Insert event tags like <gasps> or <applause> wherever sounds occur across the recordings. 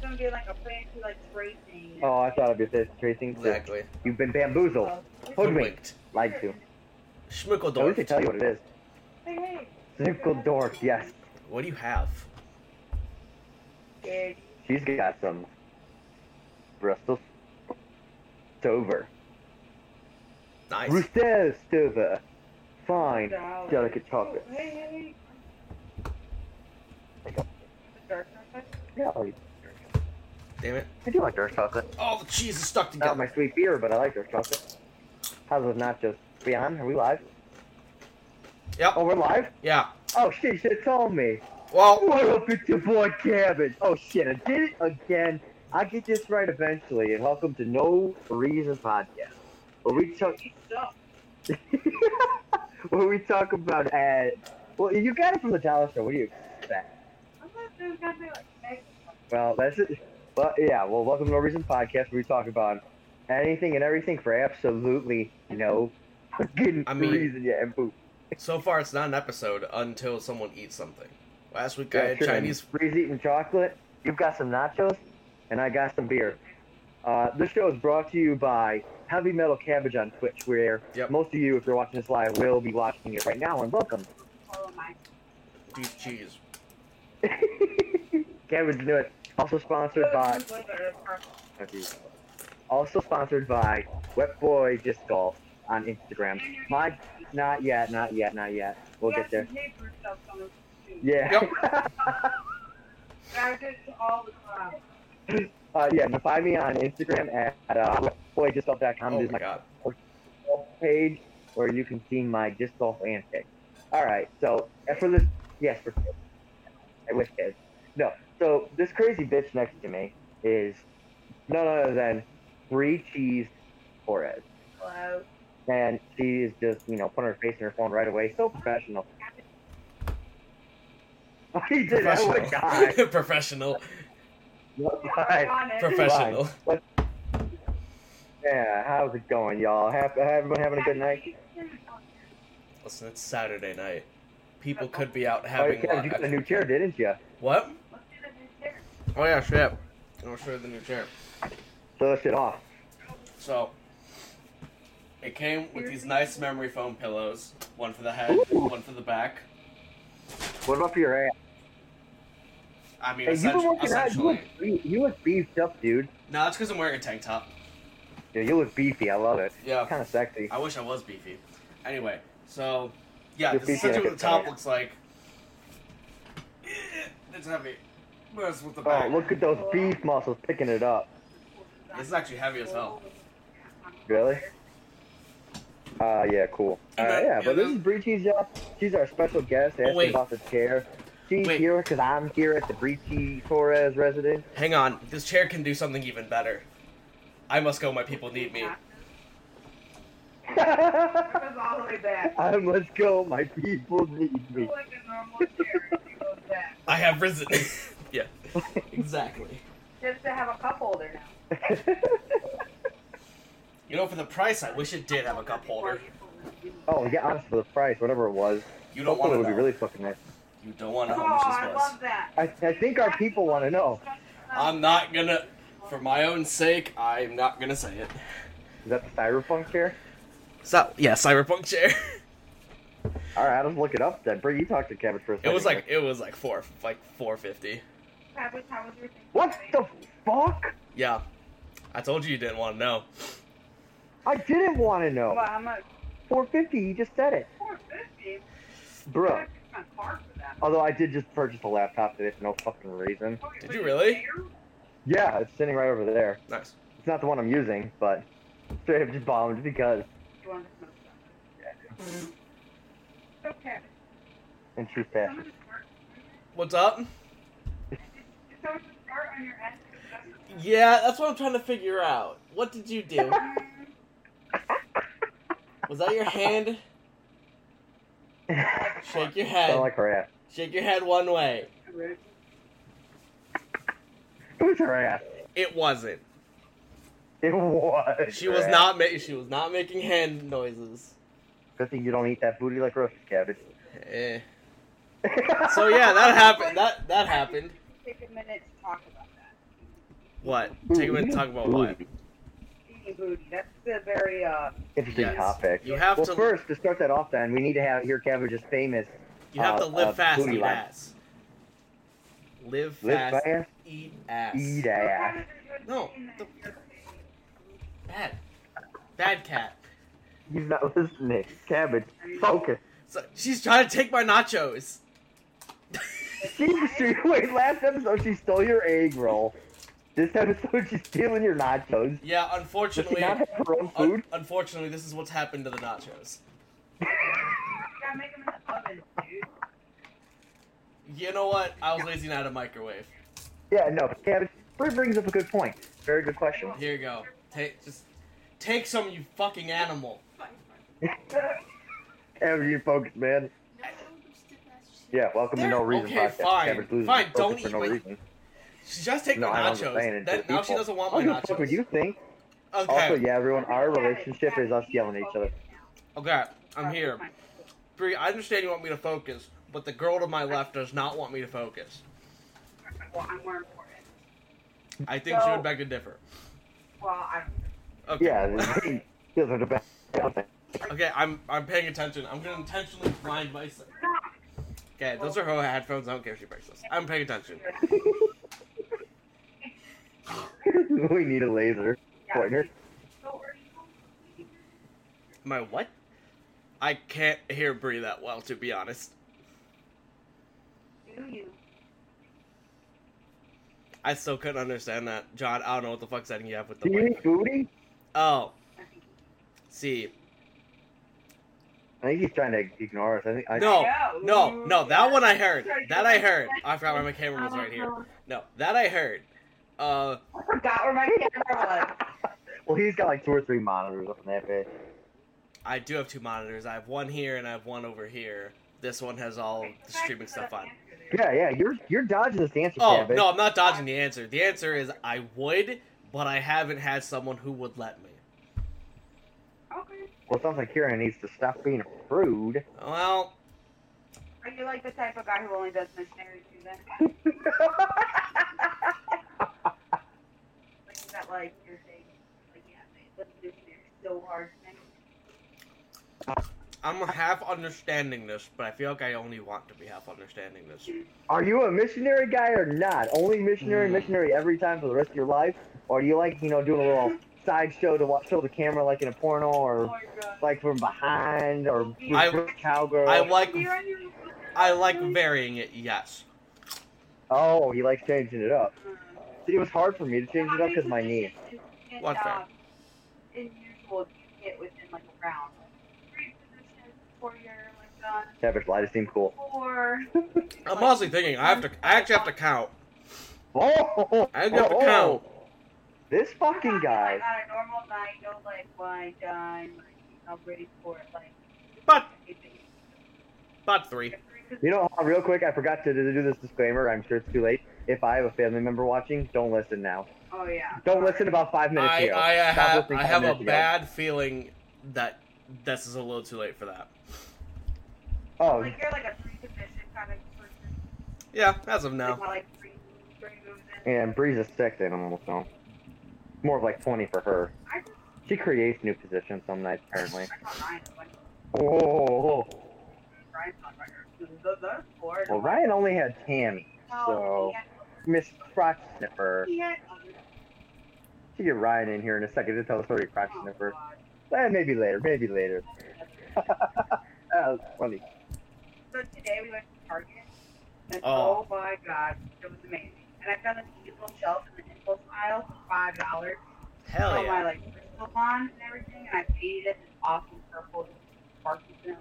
a plan to like tracing. Oh, I thought of it as tracing too. Exactly. You've been bamboozled. Oh, Hoodwinked. Lied to. At least they tell Schmickeldorf. you what it is. Hey, hey. Circle dork, yes. What do you have? Gig. She's got some Bristol Stover. Nice. Bristol Stover. Fine, Dollars. delicate chocolate. Oh, hey, hey, hey. Dark chocolate? Yeah, I Damn it. I do like dark chocolate. Oh, the cheese is stuck Not together. my sweet beer, but I like dark chocolate. How's those nachos? We on? Are we live? Yep. Oh, we're live? Yeah. Oh, shit, you should have told me. Well, What up, it's your boy Cabbage. Oh, shit, I did it again. I get this right eventually, and welcome to No Reason Podcast. Where we talk, <laughs> You suck. where we talk about ad. Well, you got it from the dollar store. What do you expect? I'm not doing nothing like eggs. Well, that's it. Well, yeah. Well, welcome to No Reason Podcast, where we talk about anything and everything for absolutely no fucking I mean- <laughs> reason. Yeah, and poop. so far it's not an episode until someone eats something. Last week I Yeah, had sure. Chinese. Bree's eating chocolate. You've got some nachos, and I got some beer. Uh, this show is brought to you by Heavy Metal Cabbage on Twitch, where Yep. most of you, if you're watching this live, will be watching it right now. And welcome. <laughs> Follow my Dude, cheese. Cabbage knew it. Also sponsored <laughs> by. Oh, geez. Also sponsored by Wet Boy Disc Golf on Instagram. My, not yet, not yet, not yet. We'll get there. Yeah. Yeah. <laughs> I do it all the time. uh, yeah. you Find me on Instagram at uh, wetboydiscgolf.com. Oh This is my <laughs> my god. golf page where you can see my disc golf antics. All right. So as for this, yes, for kids. I wish kids. No. So this crazy bitch next to me is none other than Bree Cheese Torres, Hello. and she is just you know putting her face in her phone right away. So professional. <laughs> he did. I would die. Professional. <laughs> Professional. <laughs> Why? On it. Professional. Yeah. How's it going, y'all? Have, everyone having a good night? Listen, it's Saturday night. People could be out having. oh, yeah, you got a new chair, didn't you? What? Let's do the new chair. Oh yeah, shit. I'll show you the new chair. Throw that shit off. So, it came with these nice memory foam pillows. One for the head, Ooh. one for the back. What about for your ass? I mean, Hey, you've been essen- working out. You essentially. look, be- you look beefed up, dude. No, that's because I'm wearing a tank top. Yeah, you look beefy. I love it. Yeah. Kind of sexy. I wish I was beefy. Anyway, so yeah, You're this is beefy like essentially what a the top tank. looks like. <laughs> It's heavy. Whereas with the Oh, back, look at those beef muscles picking it up. this is actually heavy as hell. Really? Uh, yeah, cool. Uh, And that- yeah, and but this that- is Bree Cheese Job. She's our special guest. Asking Oh, wait. about the chair. She's Wait. here because I'm here at the Bree Cheese Torres residence. <laughs> Hang on, this chair can do something even better. I must go. My people need me. It goes all the way <laughs> back. I must go. My people need me. It's <laughs> like a normal chair. It goes back. I have risen. <laughs> yeah, <laughs> exactly. Just to have a cup holder now. You know, for the price, I wish it did have a cup holder. oh yeah, honestly, for the price, whatever it was, You don't hopefully want it to would know. be really fucking nice. You don't want Oh, to know how I much this was. love that. I, I think our people want to know. I'm not gonna, for my own sake, I'm not gonna say it. Is that the styrofoam chair? So yeah, cyberpunk chair. <laughs> All right, let's look it up then. Bring you talk to Cabbage for a It second. was like it was like four like four fifty. That was- that was your thing. what the fuck? Yeah, I told you you didn't want to know. I didn't want to know. Well, I'm like, 450. You just said it, 450? bro. Oh. My car for that. Oh, Although I did just purchase a laptop today for no fucking reason. Okay, Did but you really? there? Yeah, it's sitting right over there. Nice. It's not the one I'm using, but straight up just bombed because You wanted to smoke some. Okay. in true Some fashion. of the smart- What's up? some of the smart on your end, because that's the- Yeah, that's what I'm trying to figure out. What did you do? Mm, Was that your hand? Shake <laughs> your head. Sound like her ass. Shake your head one way. rude. It was her ass. It wasn't. It was. She her was ass. not ma- she was not making hand noises. Good thing you don't eat that booty like roasted cabbage. Eh. <laughs> So yeah, that happened. That that happened. Take a minute to talk about that. What? Take a minute to talk about what? Eating booty. That's a very uh, Interesting Yes. topic. You have well, to first to start that off, then we need to have hear Cabbage's famous you have to uh, live uh, fast, booty eat line. ass. Live "Live fast, fast, eat ass. eat ass." No, the- Bad. Bad cat. He's not listening. Cabbage, focus. So, she's trying to take my nachos. Jesus, she, <laughs> wait. Last episode she stole your egg roll. This episode <laughs> she's stealing your nachos. Yeah, Does she unfortunately, not have her own un- food? unfortunately, this is what's happened to the nachos. Yeah, make them in the oven, dude. You know what? I was lazy and I had a microwave. Yeah, no. Cabbage Bree brings up a good point. Very good question. Here you go. Take just take some, you fucking animal. <laughs> Cabbage, you focus, man. Yeah, welcome There- to No Reason okay, Podcast. fine. Cabbage loses Fine, focus don't for eat no my- reason. She just take No, my I don't understand nachos. it. Then, Just now she people- doesn't want I my don't give a fuck nachos. what you think. Okay. Also, yeah, everyone, our relationship is us yelling at each other. Okay. I'm here. Bree, I understand you want me to focus, but the girl to my left does not want me to focus. Well, I'm more important. I think she So- would beg to differ. Well, I Okay. Yeah, <laughs> he feels like the best. <laughs> okay. I'm I'm paying attention. I'm gonna intentionally blind myself. Okay, those are her headphones. I don't care if she breaks those. I'm paying attention. we need a laser pointer. So are you My what? I can't hear Bree that well, to be honest. Do you? I still couldn't understand that, John. I don't know what the fuck setting you have with the Do you mic. eat booty? Oh, I think you see, I think he's trying to ignore us. I think I, No, Yeah, no, ooh, no, that yeah. one I heard. Sorry, That you I want to heard. say- I forgot where my camera was right here. Uh, No, that I heard. Uh, I forgot where my camera was. Well, he's got like two or three monitors up in that bit. I do have two monitors. I have one here and I have one over here. This one has all Oh, the streaming stuff on. Yeah, yeah, you're you're dodging this answer, Oh Cabbage. no, I'm not dodging the answer. The answer is I would, but I haven't had someone who would let me. Okay. Well, it sounds like Kieran needs to stop being rude. Well, Are you like the type of guy who only does missionary too then? like, is that like your thing? Like, yeah, they the missionary so hard. man. I'm half understanding this, but I feel like I only want to be half understanding this. Are you a missionary guy or not? Only missionary, Hmm. missionary every time for the rest of your life, or do you like you know doing a little sideshow to watch, show the camera like in a porno Oh or my god. like from behind or I- reverse cowgirl? I like, You're on your- I like varying it. Yes. oh, he likes changing it up. Uh, See, it was hard for me to change it up because my knee. What's that? um, In usual, you get within like a round. Three positions for your like done. Savage light it seemed cool. <laughs> Four. I'm honestly thinking I have to. I actually have to count. Oh, I got the oh, count. This fucking guy. Like, on a normal night, no like wine dine, like I'm ready for it, like. But if it- about three. if three positions- You know, uh, real quick, I forgot to to do this disclaimer. I'm sure it's too late. If I have a family member watching, don't listen now. Oh yeah. Don't listen about five minutes I, here. I have, listening I five have a minutes ago. bad feeling that this is a little too late for that. Oh, Like you're like a three position kind of person. Yeah, as of now. Like, like three, three moves in. and Bree's a sex animal, so more of like twenty for her. I just She creates new positions some nights, apparently. <laughs> I thought Ryan was like Oh, Ryan's not right. Those those four. well, Ryan only had Tammy, Oh, so Miss Crotch Sniffer. he had, he had others. She get Ryan in here in a second to tell us story, Crotch Oh, Sniffer. God. Eh, maybe later, maybe later. <laughs> Uh, That was funny. So today we went to Target, and oh, Oh. my god, it was amazing. And I found an evil shelf in the impulse aisle for five dollars. Hell on my yeah. like crystal wand and everything, and I painted it this awesome purple Parkinson.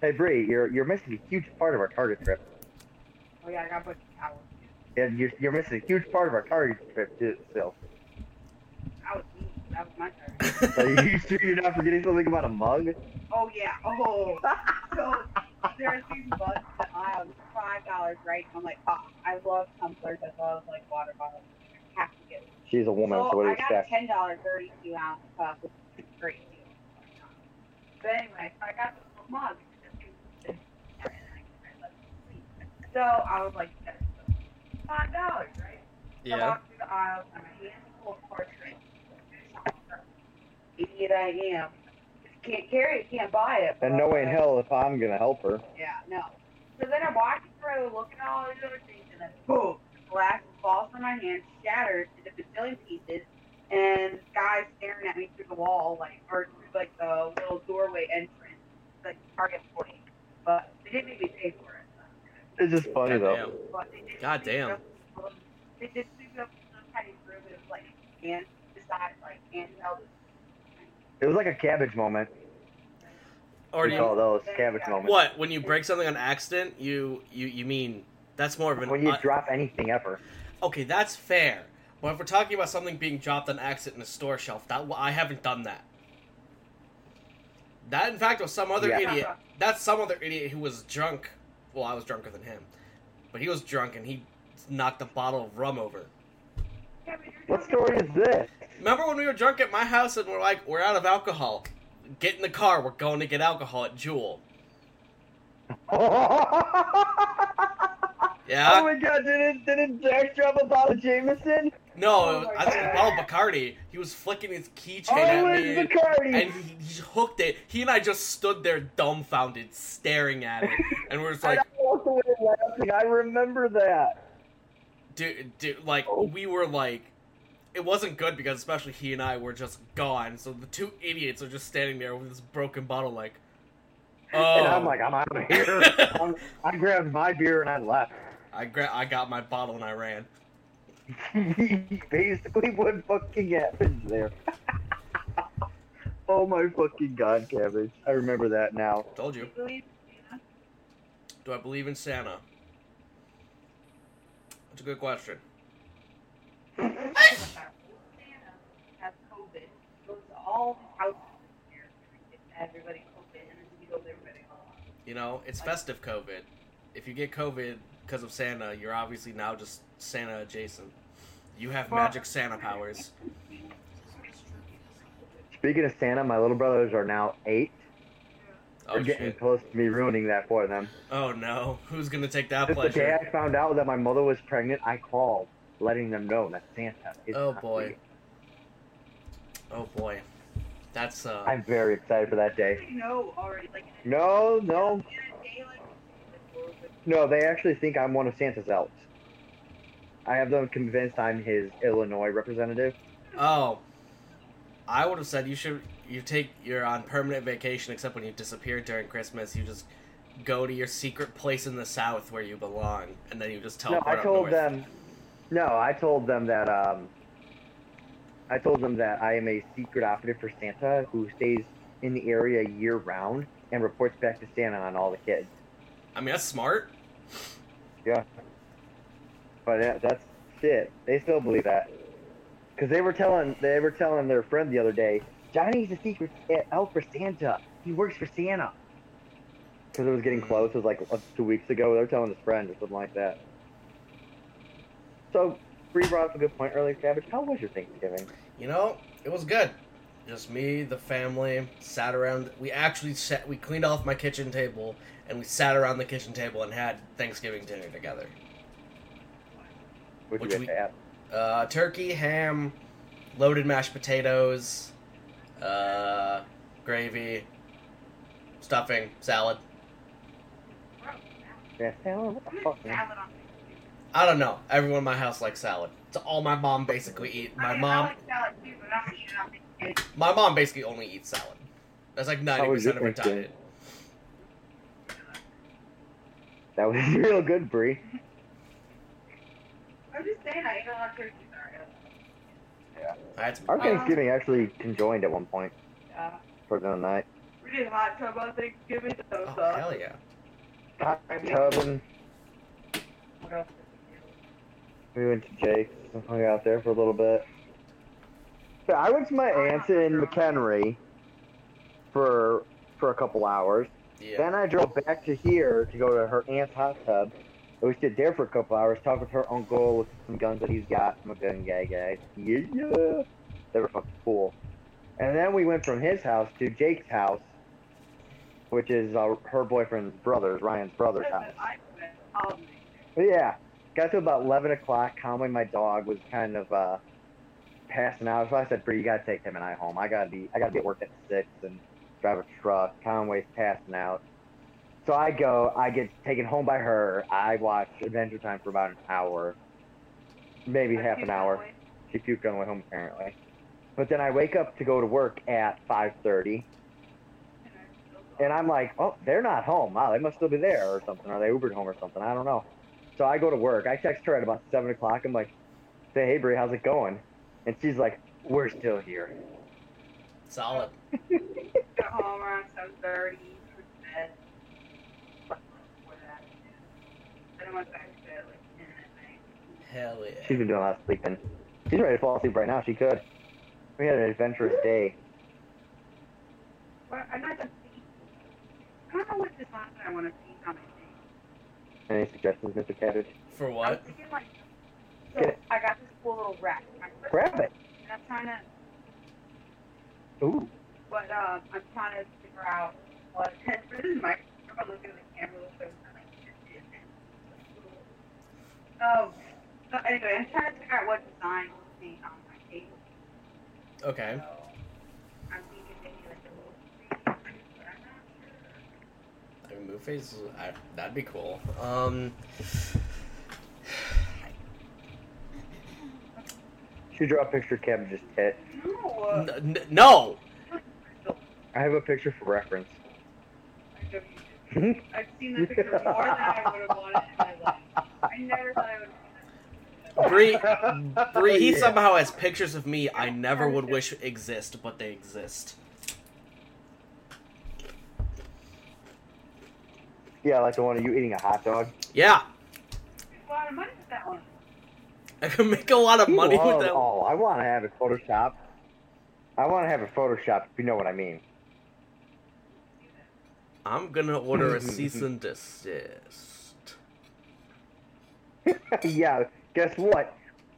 Hey Bree, you're you're missing a huge part of our Target trip. Oh yeah, I got a bunch of towels. too. And you're, you're missing a huge part of our Target trip too. Still, That was me. That was my turn. are you <laughs> sure you're not forgetting something about a mug? Oh yeah. <laughs> Oh. so there's these bugs in the aisle, it's five dollars, right? And I'm like, oh, I love tumblers. I love like water bottles. I have to get it. She's a woman, so, what do you Oh, I got a expect? ten dollar thirty two ounce cup, which is a great deal. But anyway, so I got this little mug. So I was like, that's five dollars, right? I Yeah. walk through the aisles and my hands are full of parchment. Idiot I am. Just can't carry it, can't buy it. And no way in Okay. hell if I'm gonna help her. Yeah, no. So then I'm walking through, looking at all these other things, and then boom, glass falls from my hand, shatters into bazillion pieces, and this guy's staring at me through the wall, like, or through, like, the little doorway entrance, like, target point. But they didn't make me pay for it. It's just funny Goddamn. though. But they did God sneak damn. up- They did sneak up to some tiny room, and it was like, and beside, like, and held It was like a cabbage moment. Or do we you, call those cabbage moments. what? When you break something on accident, you you you mean that's more of an When you uh, drop anything ever. okay, that's fair. But if we're talking about something being dropped on accident in a store shelf, that I haven't done that. That in fact was some other Yeah. idiot. That's some other idiot who was drunk. Well, I was drunker than him, but he was drunk and he knocked a bottle of rum over. Yeah, but you're What talking- story is <laughs> this? <laughs> Remember when we were drunk at my house and we're like, we're out of alcohol. Get in the car. We're going to get alcohol at Jewel. oh Yeah. my god, didn't didn't Jack drop a bottle of Jameson? Oh No, my I think God. Ronald Bacardi. He was flicking his keychain oh, at me, it's Bacardi. and he, he hooked it. He and I just stood there dumbfounded, <laughs> staring at it, and we're just And like, I walked away laughing. I remember that. dude, dude, like Oh. we were like, it wasn't good because especially he and I were just gone. So the two idiots are just standing there with this broken bottle, like, oh, And <laughs> I'm like, I'm out of here. I'm- I grabbed my beer and I left. <laughs> I gra- I got my bottle and I ran. Basically, what fucking happened there? <laughs> oh my fucking god, cabbage! I remember that now. Told Do you. you believe in Santa? Do I believe in Santa? That's a good question. has COVID, goes to all these houses here, gets everybody COVID, and then heals everybody. You know, it's festive COVID. If you get COVID because of Santa, you're obviously now just Santa adjacent. You have magic Santa powers. Speaking of Santa, my little brothers are now eight. Oh They're getting shit! close to me ruining that for them. Oh no! <laughs> Who's gonna take that Just the day pleasure? I found out that my mother was pregnant, I called, letting them know that Santa is. Oh not boy! real. Oh boy! That's uh. I'm very excited for that day. They know already, like, in a- No, no, in a day, like, no. They actually think I'm one of Santa's elves. I have them convinced I'm his Illinois representative. Oh. I would have said you should you take you're on permanent vacation except when you disappear during Christmas. You just go to your secret place in the South where you belong, and then you just No, teleport I up told north. them. No, I told them that. Um, I told them that I am a secret operative for Santa who stays in the area year round and reports back to Santa on all the kids. I mean, that's smart. But that, that's shit. They still believe that because they were telling they were telling their friend the other day, Johnny's a secret e- elf for Santa. He works for Santa. Because it was getting close. It was like uh, two weeks ago. They were telling his friend or something like that. So, Bree brought up a good point earlier, Cabbage. How was your Thanksgiving? You know, it was good. Just me, the family, sat around. We actually sat, we cleaned off my kitchen table and we sat around the kitchen table and had Thanksgiving dinner together. What What'd you you guys have? Uh, turkey, ham, loaded mashed potatoes, uh, gravy, stuffing, salad. bro, Yeah, Santa, what the fuck, man? salad on Thanksgiving. I don't know. Everyone in my house likes salad. It's all my mom basically eat. I My mean, I mom, like salad too, but I'm not eating it on Thanksgiving. my mom basically only eats salad. That's like ninety was your percent of her Thanksgiving? diet. That was <laughs> real good, Bree. I'm just saying, I ate a lot of turkey, sorry. I had some. Our Uh, Thanksgiving actually conjoined at one point Uh, for the night. we did hot tub on Thanksgiving, so, Oh so. hell yeah! Hot tub and What else did we do? We went to Jake's and hung out there for a little bit. So I went to my aunt's in McHenry for for a couple hours. Yeah. Then I drove back to here to go to her aunt's hot tub. And we stood there for a couple hours, talked with her uncle, looked at some guns that he's got, some gun guy guys. Yeah, yeah. They were fucking cool. And then we went from his house to Jake's house, which is uh, her boyfriend's brother's, Ryan's brother's house. I spent all day. Yeah. Got to about 11 o'clock. Conway, my dog, was kind of uh, passing out. So I said, Bree, you got to take him and I home. I got to be I got to be at work at 6 and drive a truck. Conway's passing out. So I go. I get taken home by her. I watch Adventure Time for about an hour, maybe half an hour. She puked on the way home apparently. But then I wake up to go to work at 5:30, and I'm like, "Oh, they're not home. Wow, they must still be there or something. Or they Ubered home or something. I don't know." So I go to work. I text her at about seven o'clock. I'm like, "Say, hey, Brie, how's it going?" And she's like, "We're still here." Solid. Got home around 7:30. went to bed. Slept before that. Then I went back to bed at like 10 at night. Hell She's yeah. been doing a lot of sleeping. She's ready to fall asleep right now. She could. We had an adventurous day. But I'm not gonna pee. I don't know what this monster I want to pee on my face. Any suggestions, Mr. Cabbage? For I was what? thinking like, Get so it. I got this cool little rack. I put it Grab it. on, And I'm trying to, Ooh. but um, I'm trying to figure out what. <laughs> this is my. I'm looking at the camera real quick. I'm like, shit, shit, shit. Um. So anyway, I'm trying to figure out what design will be on my table. Okay. So I'm thinking maybe like a little tree, but I'm not sure. I mean, move phase. I, that'd be cool. Um, She drew a picture of Cabbage's tit. No. n- n- no. I have a picture for reference. <laughs> I've seen that picture more than I would have wanted in my life. I never thought I would. Bree- Bree, he Yeah. somehow has pictures of me I never would wish exist, but they exist. Yeah, like the one of you eating a hot dog. Yeah, <laughs> There's a lot of money with that one. I can make a <laughs> lot of He money with loved- that. Oh, I want to have it photoshopped. I want to have it photoshopped, if you know what I mean. <laughs> I'm gonna order a cease and desist. yeah, guess what?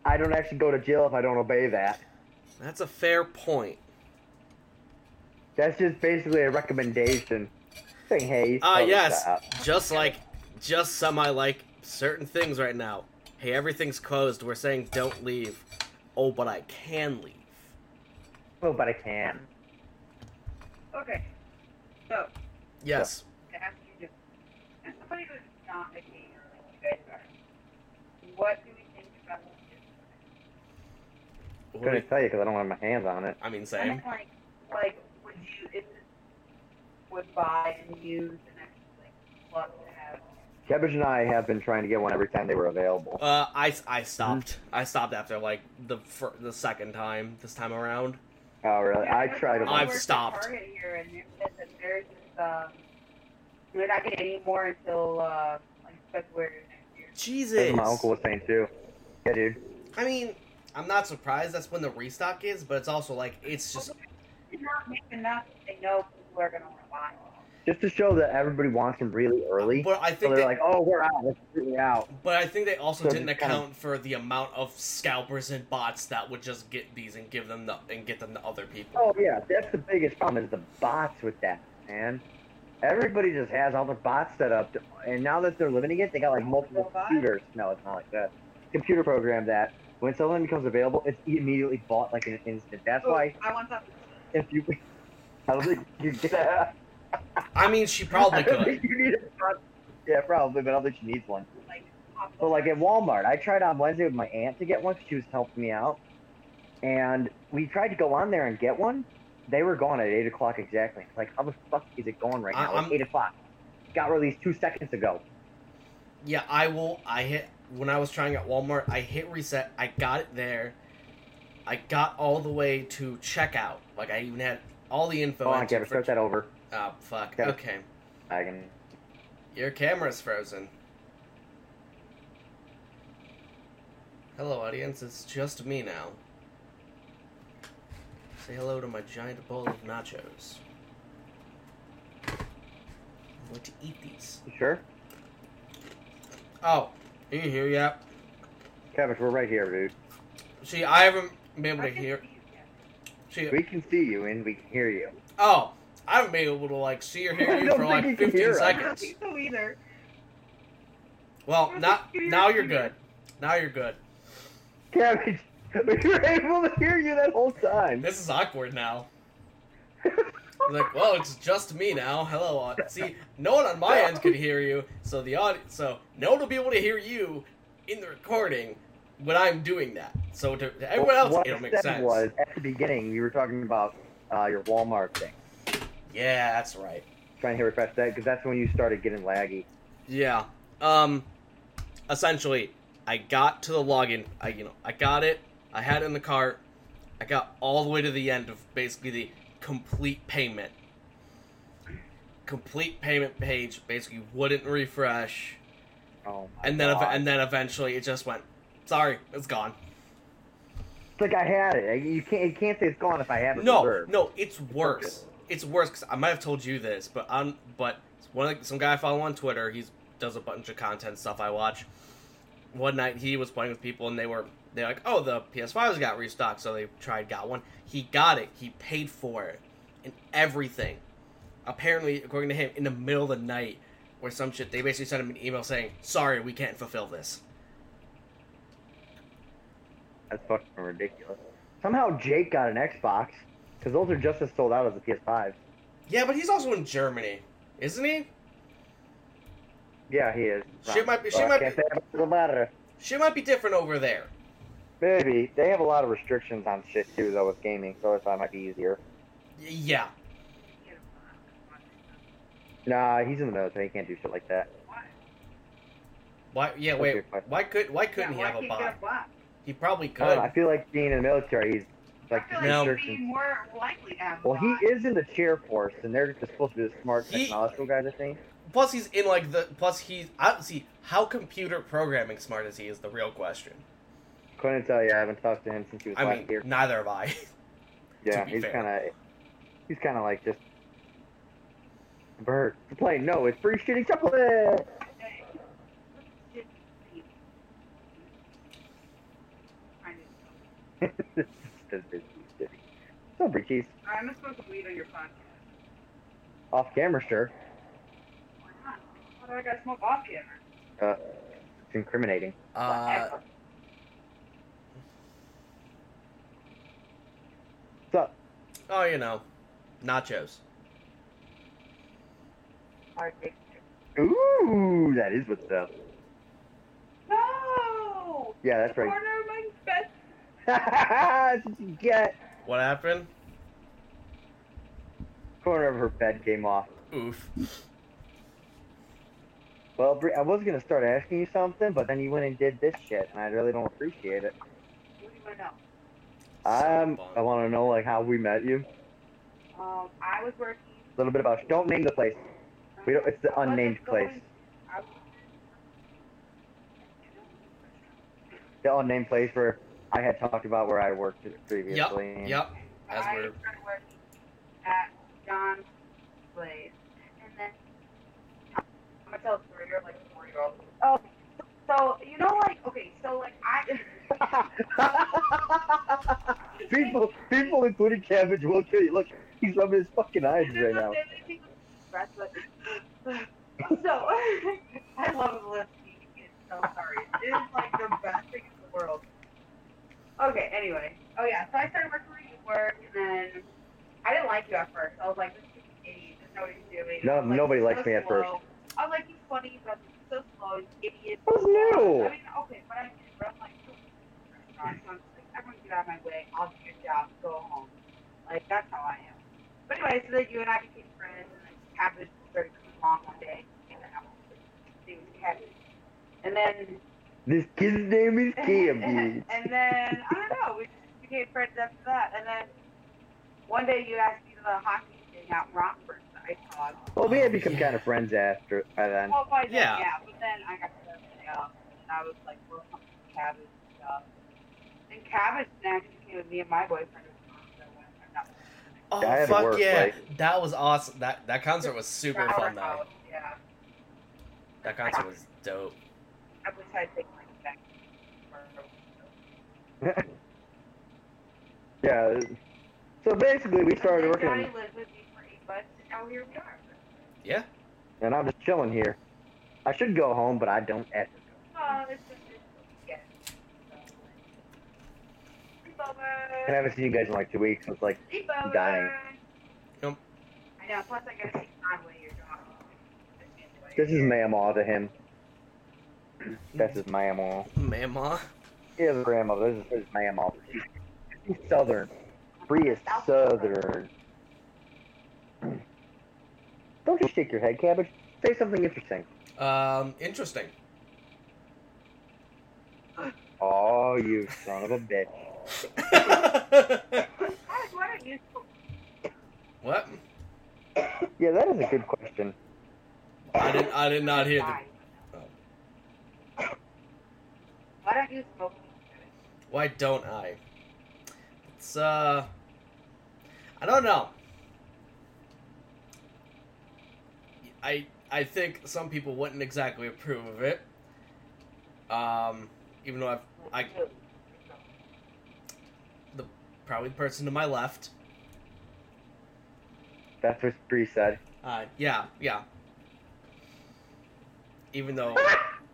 I don't actually go to jail if I don't obey that. That's a fair point. That's just basically a recommendation. Saying, hey, you Ah, photoshopped. yes. Just like, just semi like certain things right now. Hey, everything's closed. We're saying don't leave. Oh, but I can leave. Oh, but I can. Okay. So, Yes. to ask you just, as somebody who's not a gamer like you guys are, what do we think about this? business? What do Couldn't you- tell you because I don't have my hands on it. I mean, Kind same. of like, like, would you, if this would buy and use and actually, like, love to have, Cabbage and I have been trying to get one every time they were available. Uh, I, I stopped. I stopped after like the fir- the second time this time around. Oh, really? I Yeah, tried I them. worked I've at stopped. Target here, and they said that theirs is, um, they're not getting any more until uh, like February next year. Jesus. That's what my uncle was saying too. Yeah, dude. I mean, I'm not surprised that's when the restock is, but it's also like it's just Did not make enough that they know people are gonna want to buy. Just to show that everybody wants them really early. but I so think they're they, like, oh, we're out. Let's shoot it out. but I think they also So didn't just kinda- account for the amount of scalpers and bots that would just get these and give them the and get them to other people. Oh, yeah. That's the biggest problem is the bots with that, man. Everybody just has all their bots set up. To, and now that they're limiting it, they got like multiple Robots? computers. No, it's not like that. Computer program that when something becomes available, it's immediately bought like in an instant. That's why I want something. if you. <laughs> I don't think you get I mean, she <laughs> probably I don't could. think you need a bot. Yeah, probably, but I don't think she needs one. Pop But like at Walmart, I tried on Wednesday with my aunt to get one. 'cause She was helping me out, and we tried to go on there and get one. They were gone at eight o'clock exactly. Like how the fuck is it going right I- now? I'm- It's eight o'clock. Got released two seconds ago. Yeah, I will. I hit when I was trying at Walmart. I hit reset. I got it there. I got all the way to checkout. Like I even had all the info. Hold on, entered Kevin, for- Oh, start that over. Oh fuck. Kevin. Okay, I can. your camera's frozen. Hello, audience. It's just me now. Say hello to my giant bowl of nachos. I'm going to eat these. You sure, Oh, are you here yet? Kevin, we're right here, dude. See, I haven't been able I to can hear. see you, yeah. See, We can see you and we can hear you. Oh, I haven't been able to like see or <laughs> hear I you don't for think you like can hear fifteen us. I don't seconds. think so either. Well, I don't not think you can now hear you're us good. Now you're good. Cabbage, <laughs> we were able to hear you that whole time. This is awkward <laughs> now. You're like, well, it's just me now. Hello. au- See, no one on my end could hear you, so the audi- so no one will be able to hear you in the recording when I'm doing that. So to, to everyone else, what it'll I make said sense. was at the beginning you were talking about uh, your Walmart thing. Yeah, that's right. Trying to refresh that because that's when you started getting laggy. Yeah. Um essentially I got to the login. I you know, I got it. I had it in the cart. I got all the way to the end of basically the complete payment. Complete payment page basically wouldn't refresh. Oh my And then ev- God. and then eventually it just went, "Sorry, it's gone." it's like I had it. I- You can't you can't say it's gone if I haven't. No, no, it's worse. It's worse because I might have told you this, but I'm but one of the, some guy I follow on Twitter. He does a bunch of content stuff I watch. One night he was playing with people and they were they're like, oh, the PS5's got restocked, so they tried got one. He got it. He paid for it and everything. Apparently, according to him, in the middle of the night or some shit, they basically sent him an email saying, "Sorry, we can't fulfill this." That's fucking ridiculous. Somehow Jake got an Xbox because those are just as sold out as the PS5. Yeah, but he's also in Germany, isn't he? Yeah, he is. She might be- she Well, I might can't be- say much about it. Shit might be different over there. Maybe they have a lot of restrictions on shit too, though, with gaming, so that's why it might be easier. Y- yeah. Nah, he's in the military. He can't do shit like that. Why? Yeah, That's wait. your question. Why could? Why couldn't yeah, he why have a can't bot? you have bot? He probably could. I, don't know, I feel like being in the military, he's like I feel like he'd just No. be restrictions. more likely to have a Well, bot. he is in the chair force, and they're just supposed to be the smart He- technological guys, I think. plus, he's in like the. Plus, he's. I don't see how computer programming smart is he is the real question. Couldn't tell you. I haven't talked to him since he was I last mean, year. neither <laughs> have I. Yeah, be he's fair. kind of, he's kind of like just. Bert, the plane. No, it's free shitty chocolate. <laughs> so free cheese I'm not supposed to weed on your podcast. off camera, sure. Why not? Why do I gotta smoke off camera? Uh, it's incriminating. Uh, Whatever. So oh, you know, nachos. Hard dick. Ooh, that is what's up. No! Yeah, that's right. <laughs> Corner of my best. that's what you get. What happened? Corner of her bed came off. Oof. Well, Bri- I was gonna start asking you something, but then you went and did this shit, and I really don't appreciate it. What do you wanna know? Um, fun. I want to know like how we met you. Um, I was working. A little bit about. Don't name the place. We don't. It's the I wasn't unnamed going- place. I was- The unnamed place where I had talked about where I worked previously. Yep. As I we're- started working at John's place, and then I'm gonna tell a story here, like four year old. Oh, so you know, like okay, so like <laughs> I. <laughs> <laughs> people, people, including Cabbage, will kill you. Look, he's rubbing his fucking eyes This right is now. the only thing that's left. so <laughs> I love listening. It's so sorry. It is like the best thing in the world. Okay. Anyway. Oh yeah. So I started working where you work, and then I didn't like you at first. I was like, this is an idiot. This is what he's doing. No, I was like, nobody "He's likes so me at first." slow." I was like, he's funny, but he's so slow. He's an idiot. What's I new? mean, okay, but I did. But I'm like, "This is a restaurant," so I'm just like, everyone get out of my way. I'll do your job. Go home. Like that's how I am. But anyway, so then you and I became friends, and then Cabbage started coming along one day, and then I was he was Cabbage. And then, <laughs> This kid's name is Cabbage. and then I don't know, we just became friends after that. And then one day you asked me to the hockey thing out in Rockford that I saw. well, we had become Yeah. kind of friends after by then. Well, Oh, by then, Yeah. yeah. But then I got to everything else, and I was like, we're fucking Cabbage and stuff. And Cabbage next came with me and my boyfriend. So when I got Oh I had to fuck work, yeah! like- That was awesome. That that concert was super Sour fun though. House, Yeah. That concert was dope. I wish I'd taken like back. Yeah. So basically, we started working, Johnny lived with me for eight months, and now here we are. Yeah. and I'm just chilling here. I should go home, but I don't. Ever. Oh, it's just this weekend. I haven't seen you guys in like two weeks. so It's like Sleepover. dying. Nope. I know. Plus, I gotta see Conway, your dog. I can't wait. this is mamma to him. That's his mamma. Mama. He has a grandmother. This is his mamma. She's, she's southern. Bree is southern. <clears throat> Don't just shake your head, cabbage. Say something interesting. Um, <laughs> interesting. <laughs> Oh, you son of a bitch. Guys, what are you? what? Yeah, that is a good question. I did. I did not hear the. Guys. <coughs> Why don't you smoke? Why don't I? It's uh. I don't know. I I think some people wouldn't exactly approve of it. Um, even though I've I probably the person to my left. That's what Bree said. Uh, yeah, yeah. Even though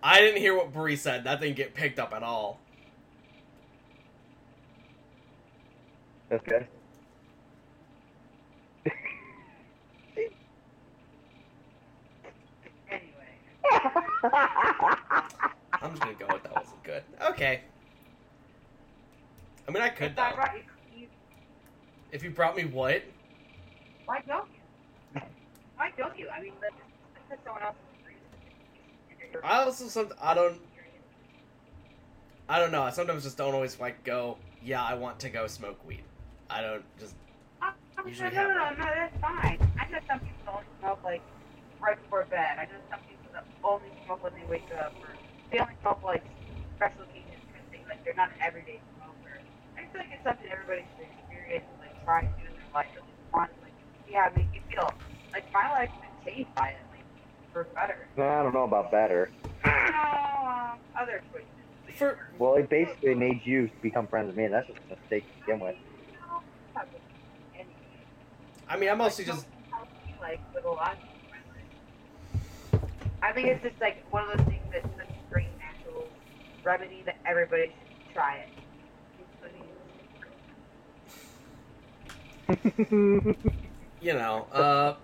I didn't hear what Bree said, that didn't get picked up at all. Okay. Anyway. I'm just gonna go with that wasn't good. Okay. I mean, I could If I though. brought you cookies, If you brought me what? why don't you? Why don't you? I mean, let- let's put someone else. in the group. I also some I don't I don't know. I sometimes just don't always like go. Yeah, I want to go smoke weed. I don't just Oh, Usually no, no, no, have no, that's fine. I know some people don't smoke like right before bed. I know some people that only smoke when they wake up, or they only smoke like special occasions kind of thing. Like they're not an everyday smoker. I feel like it's something everybody should experience, and, like try to do in their life at least once. Like, see how it makes you feel. Like my life's been changed by it, like for better. I don't know about better. You know, um, other choices. for Well, it basically made you become friends with me, and that's just a mistake to begin with. And- I mean, I'm also just like with a lot. I think it's just like one of those things that's such a great natural remedy that everybody should try it. you know, uh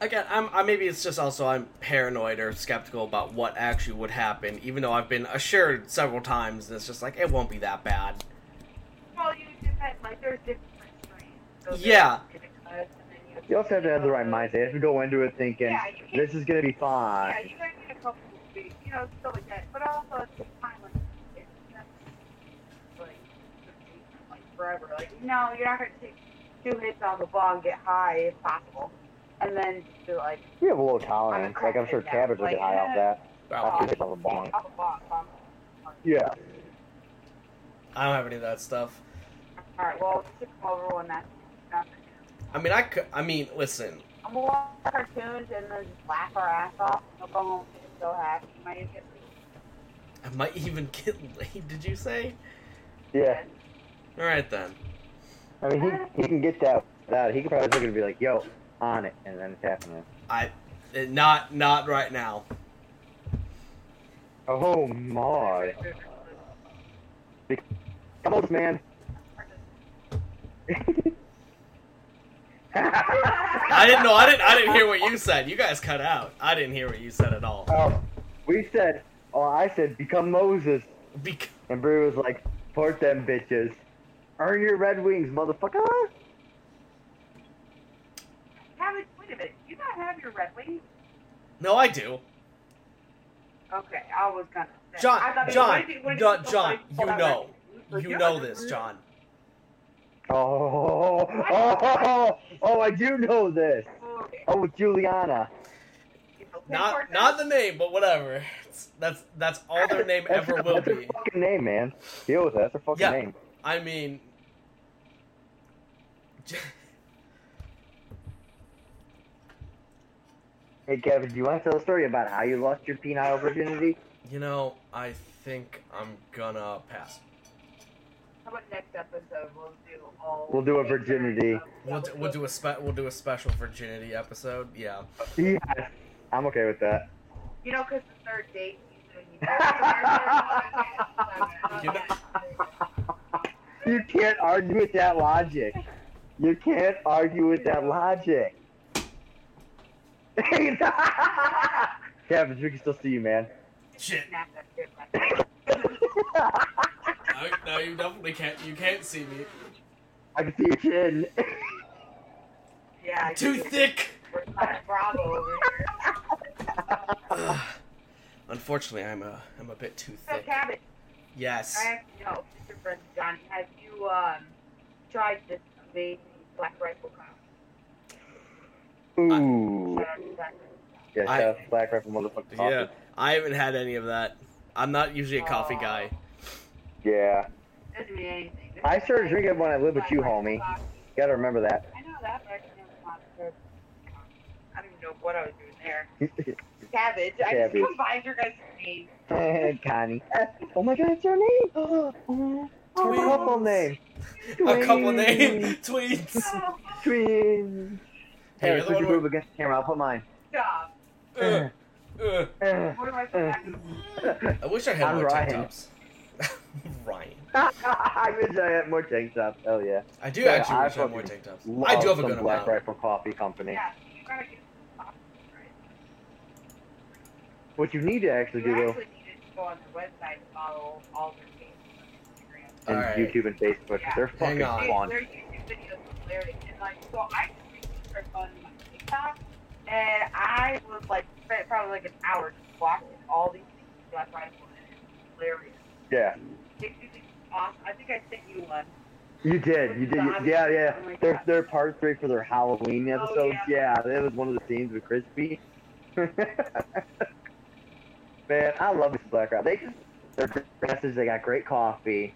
again, I'm I maybe it's just also I'm paranoid or skeptical about what actually would happen, even though I've been assured several times and it's just like it won't be that bad. Well, you depend like there's different strains. So there's Yeah. different cuts, and then You also have to have the right mindset. If you go into it thinking, Yeah, you can't- this is going to be Yeah, fine. you guys need a couple of weeks, you know, stuff like that. But also at the time, like it's not like like forever. Like no, you're not gonna take two hits on the ball and get high if possible, and then be like. We have a low tolerance. Like, I'm sure Cabbage will get high off that. Well, After this, I'll have a bong. Off a box, um, Yeah. I don't have any of that stuff. All right. Well, just come over when that's done. I mean, I could. I mean, listen. I'm gonna watch cartoons and then just laugh our ass off. We'll go home and be so happy. You might even get I might even <laughs> get laid. Did you say? Yeah. All right then. I mean, he, he can get that without it. He could probably look at it and be like, yo, on it. And then it's happening. I eh, not not right now. <laughs> Oh, my. Come on, man. <laughs> I didn't know. I didn't. I didn't hear what you said. You guys cut out. I didn't hear what you said at all. oh, we said, oh, I said, become Moses. Bec- And Brew was like, support them bitches. Earn your Red Wings, motherfucker. Cabbage, wait a minute. You not have your red wings? no, I do. Okay, I was gonna. Say. John, I thought- John, what if you- what if no, you- John, you Hold on, know. wait. You know this, John. Oh, oh, oh, oh, oh, I do know this. Okay. Oh, Juliana. Not not the name, but whatever. It's, that's that's all their name That's ever her- will that's her be. fucking name, man. Deal with it. That's her fucking Yeah. name. I mean, <laughs> j- Hey, Kevin, do you want to tell a story about how you lost your penile virginity? you know, I think I'm gonna pass. How about next episode? We'll do all. We'll do a virginity. We'll do, we'll do a spe- we'll do a special virginity episode. Yeah. yes. I'm okay with that. You know, because the third date. <laughs> You know, you know, You know- You can't argue with that logic. You can't argue with that logic. <laughs> Kevin, we can still see you, <laughs> man. Shit. Snap that shit back. No, no, you definitely can't. You can't see me. I can see your chin. Yeah. I Too do. thick. <sighs> We're not Bravo over here. Ugh. Unfortunately, I'm a I'm a bit too So, thick. Cabot, Yes. I have to know, your friend Johnny, have you um tried this amazing black rifle coffee? Ooh. Yeah, I- shout out to Black Rifle motherfucking coffee. Yeah. I haven't had any of that. I'm not usually a coffee Aw. guy. Yeah. Doesn't mean anything. I started drinking it when I lived with Black you, Rifle homie. Coffee. Gotta remember that. <laughs> I know that, but I just never thought of it. I don't even know what I was doing there. Cabbage. I just Cabbage. combined your guys' names. <laughs> and Connie. Oh my god, it's her name! <gasps> Her couple name. A couple Twins. name <laughs> tweets. <laughs> Oh, Twins. Hey, Hey, you're the put one your who- boob against the camera. I'll put <laughs> mine. <laughs> stop. Uh, uh. Uh, What do I put back? <laughs> uh. I wish I had I'm more tank Ryan. tops. <laughs> Ryan. I wish I had more tank tops. Hell yeah. I do Yeah, actually I wish I had fucking more tank tops. Love I do have a some good Black amount. Rifle Coffee Company. Yeah, you gotta get some coffee, right? What you need to actually do You though, actually needed to go on their website and follow all their pages on Instagram. and Alright. YouTube and Facebook, Yeah. they're Hang fucking on. They- fun. Their YouTube videos are hilarious. And like, so I just researched her on my TikTok, and I was like, spent probably like an hour just watching all these things Black Rifle, and it's hilarious. Yeah. It's usually awesome. I think I sent you one. You did. You did. Zombie. Yeah, yeah. Oh my They're God. they're part three for their Halloween Oh, episodes. yeah. that was one of the scenes with Crispy. <laughs> Man, I love this Black Rock. They just they're great dresses. They got great coffee.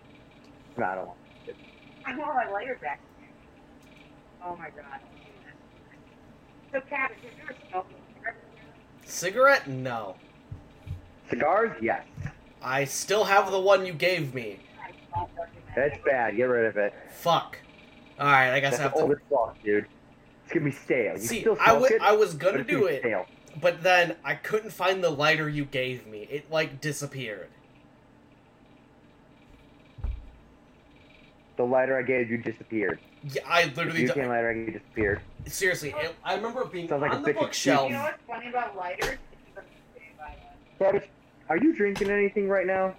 No, I don't. want- I know my lighter back. Oh my god. So, Kat, if you're a smoking Cigarette? No. Cigars? Yes. I still have the one you gave me. I don't recommend That's bad. Get rid of it. Fuck. All right, I guess That's I have all to. this sauce, dude. It's gonna be stale. You See, still I smoke wa- it, I was but gonna it's do gonna be it, Stale. but then I couldn't find the lighter you gave me. It like disappeared. The lighter I gave you disappeared. Yeah, I The literally butane don't, lighter I gave you disappeared. seriously. It, I remember it being Sounds like a on the bitch excuse. You bookshelf. know what's funny about lighters? It's a- Cabbage, are you drinking anything right now?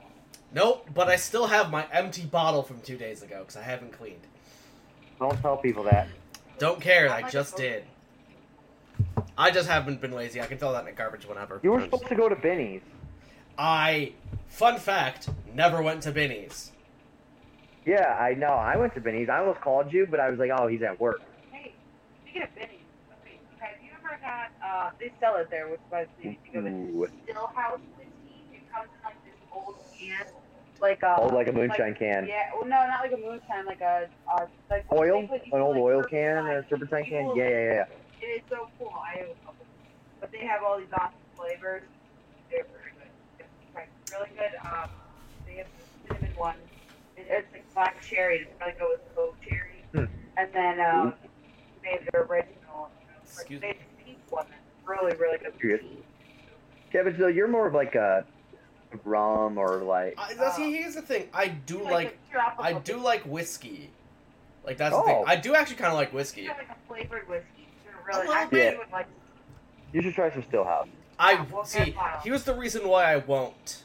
Nope, but I still have my empty bottle from two days ago because I haven't cleaned. Don't tell people that. Don't care. I I like just it. did. I just haven't been lazy. I can throw that in the garbage whenever. You were supposed to go to Benny's. I, fun fact, never went to Benny's. Yeah, I know. I went to Benny's. I almost called you, but I was like, oh, he's at work. Hey, speaking of Benny's, okay, have you ever had, uh, they sell it there, which was the think of it, Ooh. still house whiskey? It comes in like this old can, like a. Oh, like a moonshine can. Yeah, well, no, not like a moonshine, like a, uh, like Oil? they put these, An old like, oil can? herbicide- A turpentine can? people- Yeah, yeah, yeah. It is so cool. I have a couple. But they have all these awesome flavors. They're very good. They're really good. Um, they have the cinnamon one. It- It's like black cherry. It's probably go with goat cherry. Hmm. And then um, they have their original. Excuse they have the pink one that's really, really good. Yes. Kevin, so you're more of like a rum or like. I, that's, here's the thing. I do like, the tropical I do like whiskey. Like that's the Oh. thing. I do actually kind of like whiskey. They have like a flavored whiskey. They're really, A I little think bit. you would like You should try some Stillhouse. I Yeah, we'll get see. a bottle. Here's the reason why I won't.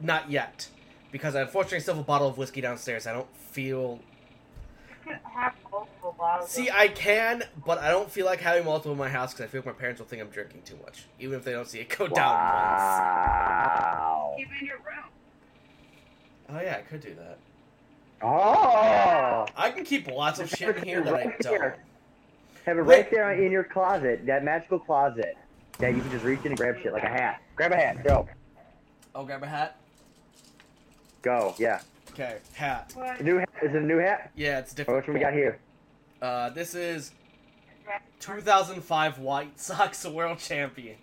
Not yet, because I unfortunately still have a bottle of whiskey downstairs. I don't feel. you could have multiple bottles. See, of I can, but I don't feel like having multiple in my house because I feel like my parents will think I'm drinking too much, even if they don't see it go down. Wow. Keep it in your room. Once. Oh yeah, I could do that. Oh! I can keep lots of <laughs> shit in here that I Right don't. here. Have it Wait. right there in your closet, that magical closet that you can just reach in and grab shit like a hat. Grab a hat. Go. Oh, grab a hat. Go. Yeah. Okay, hat. What? New hat. Is it a new hat? Yeah, it's Or different. which one we got here? Uh, this is That's 2005 White Sox <laughs> World Champion.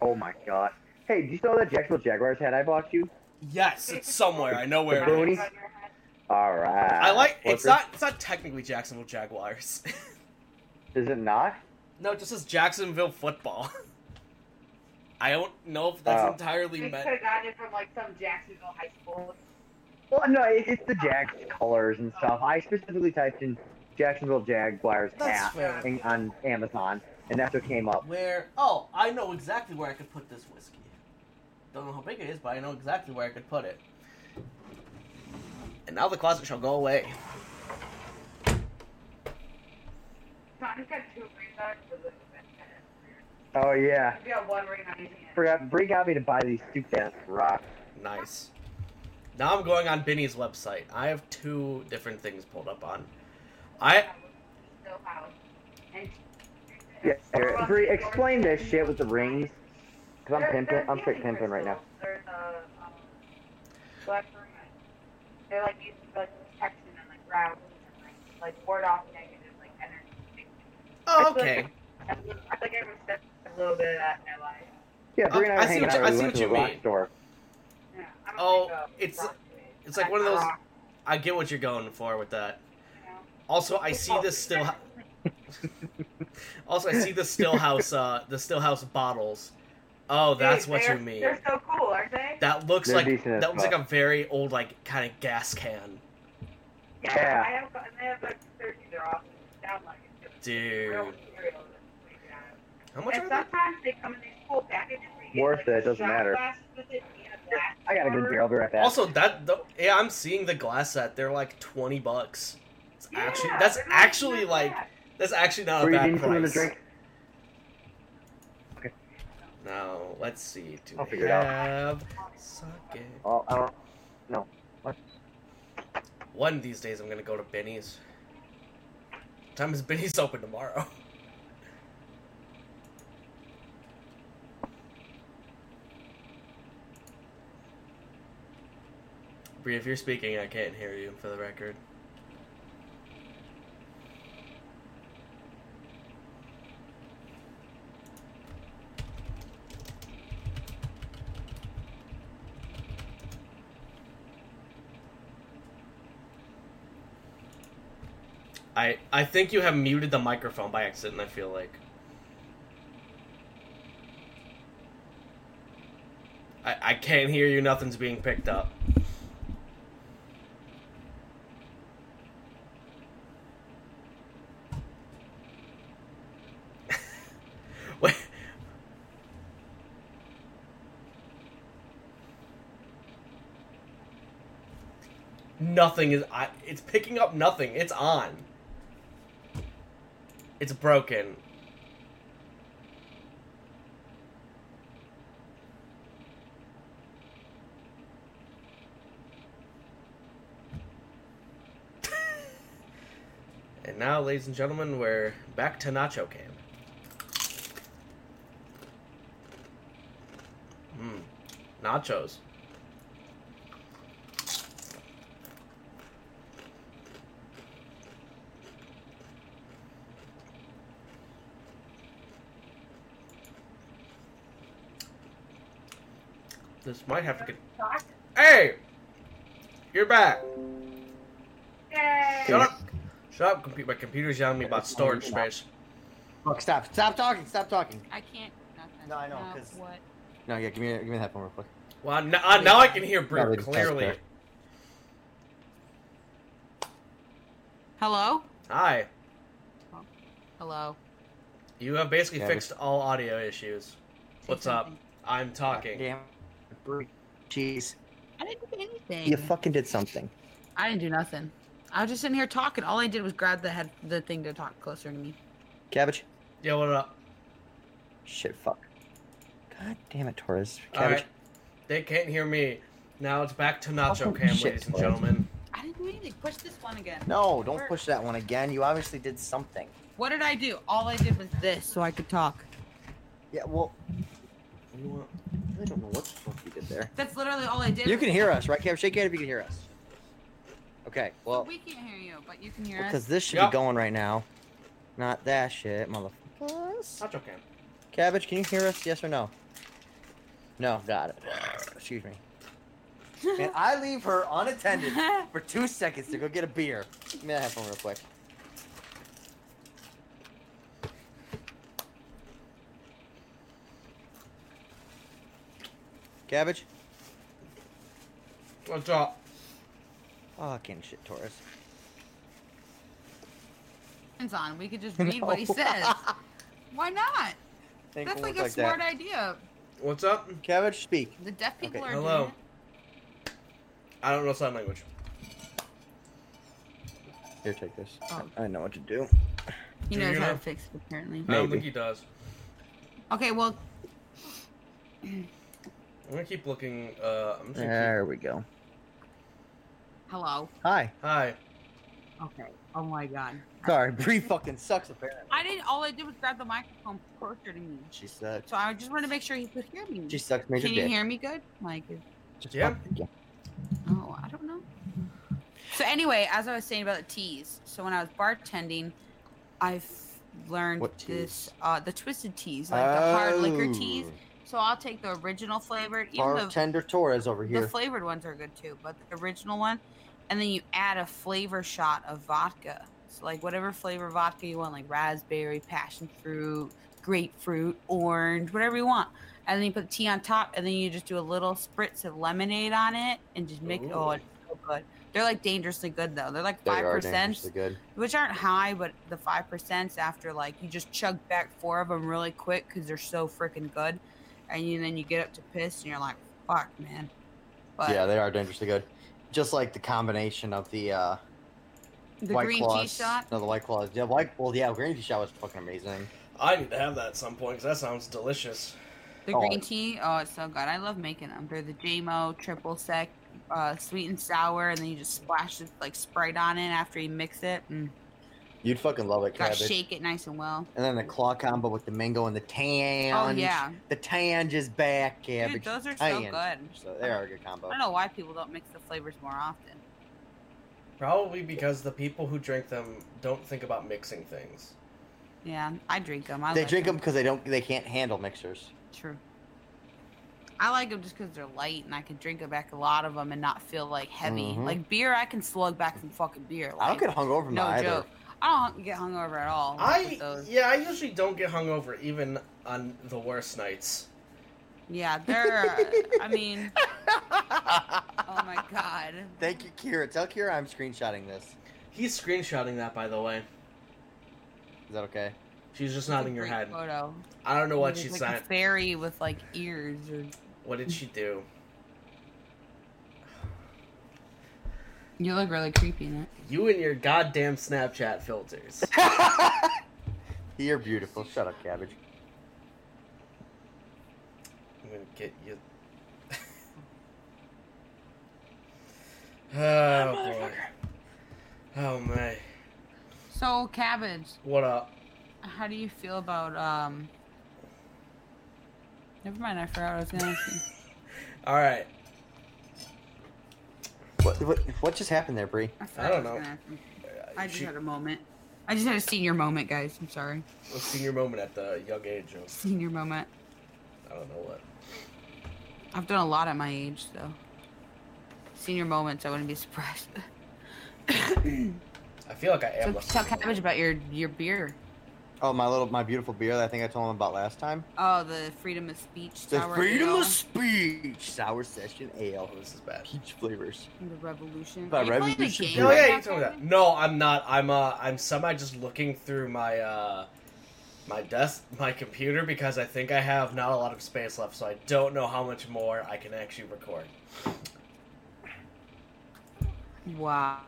Oh my god. Hey, do you saw that Jacksonville Jaguars hat I bought you? Yes, it's somewhere. I know where. Boone? It is. Boonies? on your head. All right. I like. Workers. It's not. It's not technically Jacksonville Jaguars. <laughs> Is it not? no, it just says Jacksonville football. <laughs> I don't know if that's Oh. entirely They could meant. have gotten it from like some Jacksonville high school. Well, no, it, it's the Jags colors and stuff. I specifically typed in Jacksonville Jaguars That's Uh, hat fair. in- on Amazon, and that's what came up. Where? Oh, I know exactly where I could put this whiskey. Don't know how big it is, but I know exactly where I could put it. And now the closet shall go away. So I just got two rings on it. so this is it. Oh yeah, We got one ring on each hand. forgot. Bree got me to buy these stupid ass rocks. Nice. Now I'm going on Binny's website. I have two different things pulled up on. I Still house. And Yeah, here, Bree, explain this shit with the rings. Cause I'm pimping. I'm straight pimping right now. There's a, um, black ring. They're like used for like protection and like routes and like, like ward off negative like energy. oh okay. I feel like- I feel like everyone's done a little bit of that in their life. Yeah, Bree and I Oh, I were see hanging what you- out. I We see went what to a you rock mean. store. Yeah, I'm a Oh, big, uh, it's- rock fan. it's like one of I those- rock, I get what you're going for with that. you know? Also, I Oh. see this still. Also, I see the Stillhouse. Uh, the Stillhouse bottles. Oh, that's Dude, what you they're- mean. They're so cool, aren't they? That looks They're like decent as that looks fuck. like a very old like kind of gas can, Yeah. I have, and they have like 30 they're awesome. Sound like it. too. dude. Real material that's way down. How much and are they? sometimes they come in these cool packages. where you get, Worth like, it, it doesn't shot matter. glasses with it, and a glass I got a good cover. beer. I'll be right back. Also, that the, yeah, I'm seeing the glass set. They're like twenty bucks. It's Yeah, actually that's they're not actually that like bad. that's actually not a Bree, bad didn't you want a price. drink? No, let's see. Do I'll they figure it out. have sake? Oh, I don't. One of these days, I'm gonna go to Benny's. What time is Benny's <laughs> open tomorrow? Bree, if you're speaking, I can't hear you. For the record, I I think you have muted the microphone by accident. I feel like. I, I can't hear you. Nothing's being picked up. <laughs> Wait. Nothing is. I, it's picking up nothing. It's on. It's broken. <laughs> and now, ladies and gentlemen, we're back to Nacho Cam. Mmm. Nachos. This might have to get. Hey! You're back! Yay. Shut up! Shut up! Compu- my computer's yelling me about storage space. Look, stop, stop talking, stop talking. I can't. Nothing. No, I know, No, 'cause- what? No, yeah, give me, give me that phone real quick. Well, n- uh, now I can hear Yeah, Brew we can talk clearly. there. Hello. Hi. Hello. You have basically Yeah, we- fixed all audio issues. Say What's up? something. I'm talking. Damn, Bree, jeez, I didn't do anything. you fucking did something. I didn't do nothing. I was just sitting here talking. All I did was grab the head, the thing to talk closer to me. Cabbage, Yo, what up? shit, fuck. God damn it, Torres. All Cabbage, right. They can't hear me. Now it's back to Nacho Oh, Cam, shit, ladies and boys. gentlemen. I didn't do anything. Push this one again. no, don't Where- push that one again. You obviously did something. What did I do? All I did was this, so I could talk. Yeah, well, you want- I really don't know what the fuck you did there. That's literally all I did. You can hear us, right, Cabbage? Shake your head if you can hear us. Okay, well, <laughs> we can't hear you, but you can hear us. because this should Yeah. be going right now. Not that shit, motherfuckers. Nacho Cam. Cabbage, can you hear us? Yes or no? No, got it. Excuse me. <laughs> And I leave her unattended for two seconds to go get a beer. Give me that headphone real quick. Cabbage, What's up? Fucking shit, Taurus. Depends on. We <laughs> could just read what he says. <laughs> Why not? Think That's we'll like look a smart that. idea. What's up? Cabbage, speak. The deaf people Okay. are Hello. doing it. I don't know sign language. Here, take this. Oh. I know what to do. He Do you knows how know? to fix it apparently. I don't Maybe. think he does. Okay, well, I'm gonna keep looking. Uh, I'm just gonna There we go. hello. Hi. keep... Hi. Okay. Oh my god. Sorry, Bree fucking sucks apparently. I didn't. All I did was grab the microphone closer to me. She sucks. So I just wanted to make sure he could hear me. She sucks major Can you dick. hear me good? Like, is- Just Yeah. fucking- oh, I don't know. So anyway, as I was saying about the teas, so when I was bartending, I've learned What this teas? uh the twisted teas, like the hard liquor teas. So I'll take the original flavored, Oh, even the, Bartender Torres over the here. flavored ones are good too, but the original one, and then you add a flavor shot of vodka. So like whatever flavor vodka you want, like raspberry, passion fruit, grapefruit, orange, whatever you want. And then you put the tea on top, and then you just do a little spritz of lemonade on it, and just mix. Oh, Ooh. it's so good. They're like dangerously good though. They're like They five are percent dangerously good. which aren't high, but the five percent's after like you just chug back four of them really quick because they're so freaking good, and you, then you get up to piss and you're like, "Fuck, man." But yeah, they are dangerously good. Just like the combination of the uh, the white green tea claws. shot. No, the white claws. Yeah, white. Well, yeah, green tea shot was fucking amazing. I need to have that at some point because that sounds delicious. The Oh. green tea, oh, it's so good. I love making them. They're the JMO triple sec, uh, sweet and sour, and then you just splash it like Sprite on it after you mix it. Mm. You'd fucking love it, Gotta cabbage. shake it nice and well. And then the claw combo with the mango and the tange. Oh yeah, The tange is back, dude, cabbage. those are so Tange. good. So they are a good combo. I don't know why people don't mix the flavors more often. Probably because the people who drink them don't think about mixing things. Yeah, I drink them. I They like drink them because they don't. They can't handle mixers. True. I like them just because they're light and I can drink back a lot of them and not feel like heavy. Mhm. Like beer, I can slug back some fucking beer. Like, I don't get hungover from no either. joke. I don't get hungover at all. like, with I those. yeah, I usually don't get hungover even on the worst nights. yeah, they're. I mean, <laughs> oh my god. Thank you, Kira. Tell Kira I'm screenshotting this. He's screenshotting that by the way. Is <laughs> that okay? She's just It's a nodding her great head. Photo. I don't know what There's, she like said. A fairy with like ears or. What <laughs> did she do? You look really creepy in it. You and your goddamn Snapchat <laughs> filters. You're beautiful. Shut up, cabbage. I'm gonna get you. <laughs> oh boy. Oh my. So cabbage, What up? how do you feel about um? Never mind, I forgot what I was gonna ask you. All right. What what, what just happened there, Bree? forgot <laughs> I don't what was know. gonna ask. I just she had a moment. I just had a senior moment, guys. I'm sorry. was senior moment at the young age of Senior moment. I don't know what. I've done a lot at my age, though. Senior moments, I wouldn't be surprised. <laughs> I feel like I so am. a tell senior Cabbage moment. about your your beer. Oh, my little, my beautiful beer that I think I told him about last time. Oh, the freedom of speech. The sour freedom ale, of speech sour session ale, Oh, this is bad. peach flavors. and the revolution. By Are you playing the revolution game beer. Oh right yeah, now, you told me that. Cabbage? No, I'm not. I'm uh, I'm semi just looking through my uh, my desk, my computer because I think I have not a lot of space left, so I don't know how much more I can actually record. Wow.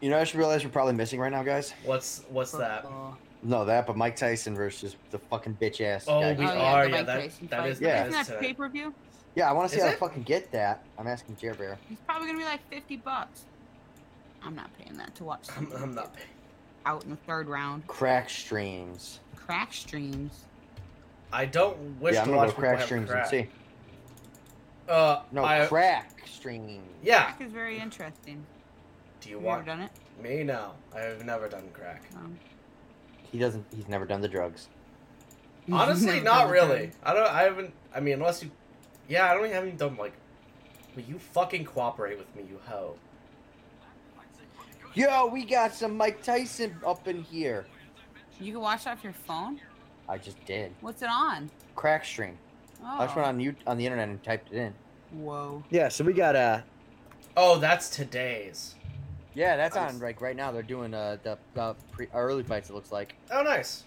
You know, I should realize we're probably missing right now, guys. What's what's that? Football. No, that, but Mike Tyson versus the fucking bitch ass. Oh, guy. we oh, are, yeah, Yeah, the Mike that- Tyson that fight. is- yeah, Isn't that it's, uh, pay per view? Yeah, I want to see Is how it? I fucking get that. I'm asking Jer Bear. It's probably gonna be like fifty bucks. I'm not paying that to watch. I'm, someone I'm get not. out in the third round. Crack streams. Crack streams. I don't wish yeah, I'm to gonna watch go people crack have streams crack. and see. Uh, No, I, crack streams. yeah. Crack is very interesting. Do you Have you ever want done it? me? No, I have never done crack. Um, He doesn't. He's never done the drugs. <laughs> <laughs> Honestly, never not done it. really. I don't. I haven't. I mean, unless you. Yeah, I don't even haven't done like. Will you fucking cooperate with me, you hoe? Yo, we got some Mike Tyson up in here. You can watch it off your phone. I just did. What's it on? Crack stream. Oh. I just went on you on the internet and typed it in. Whoa. Yeah, so we got uh Oh, that's today's. Yeah, that's Nice. on like right now. They're doing uh, the uh, pre- early fights. It looks like. Oh, nice.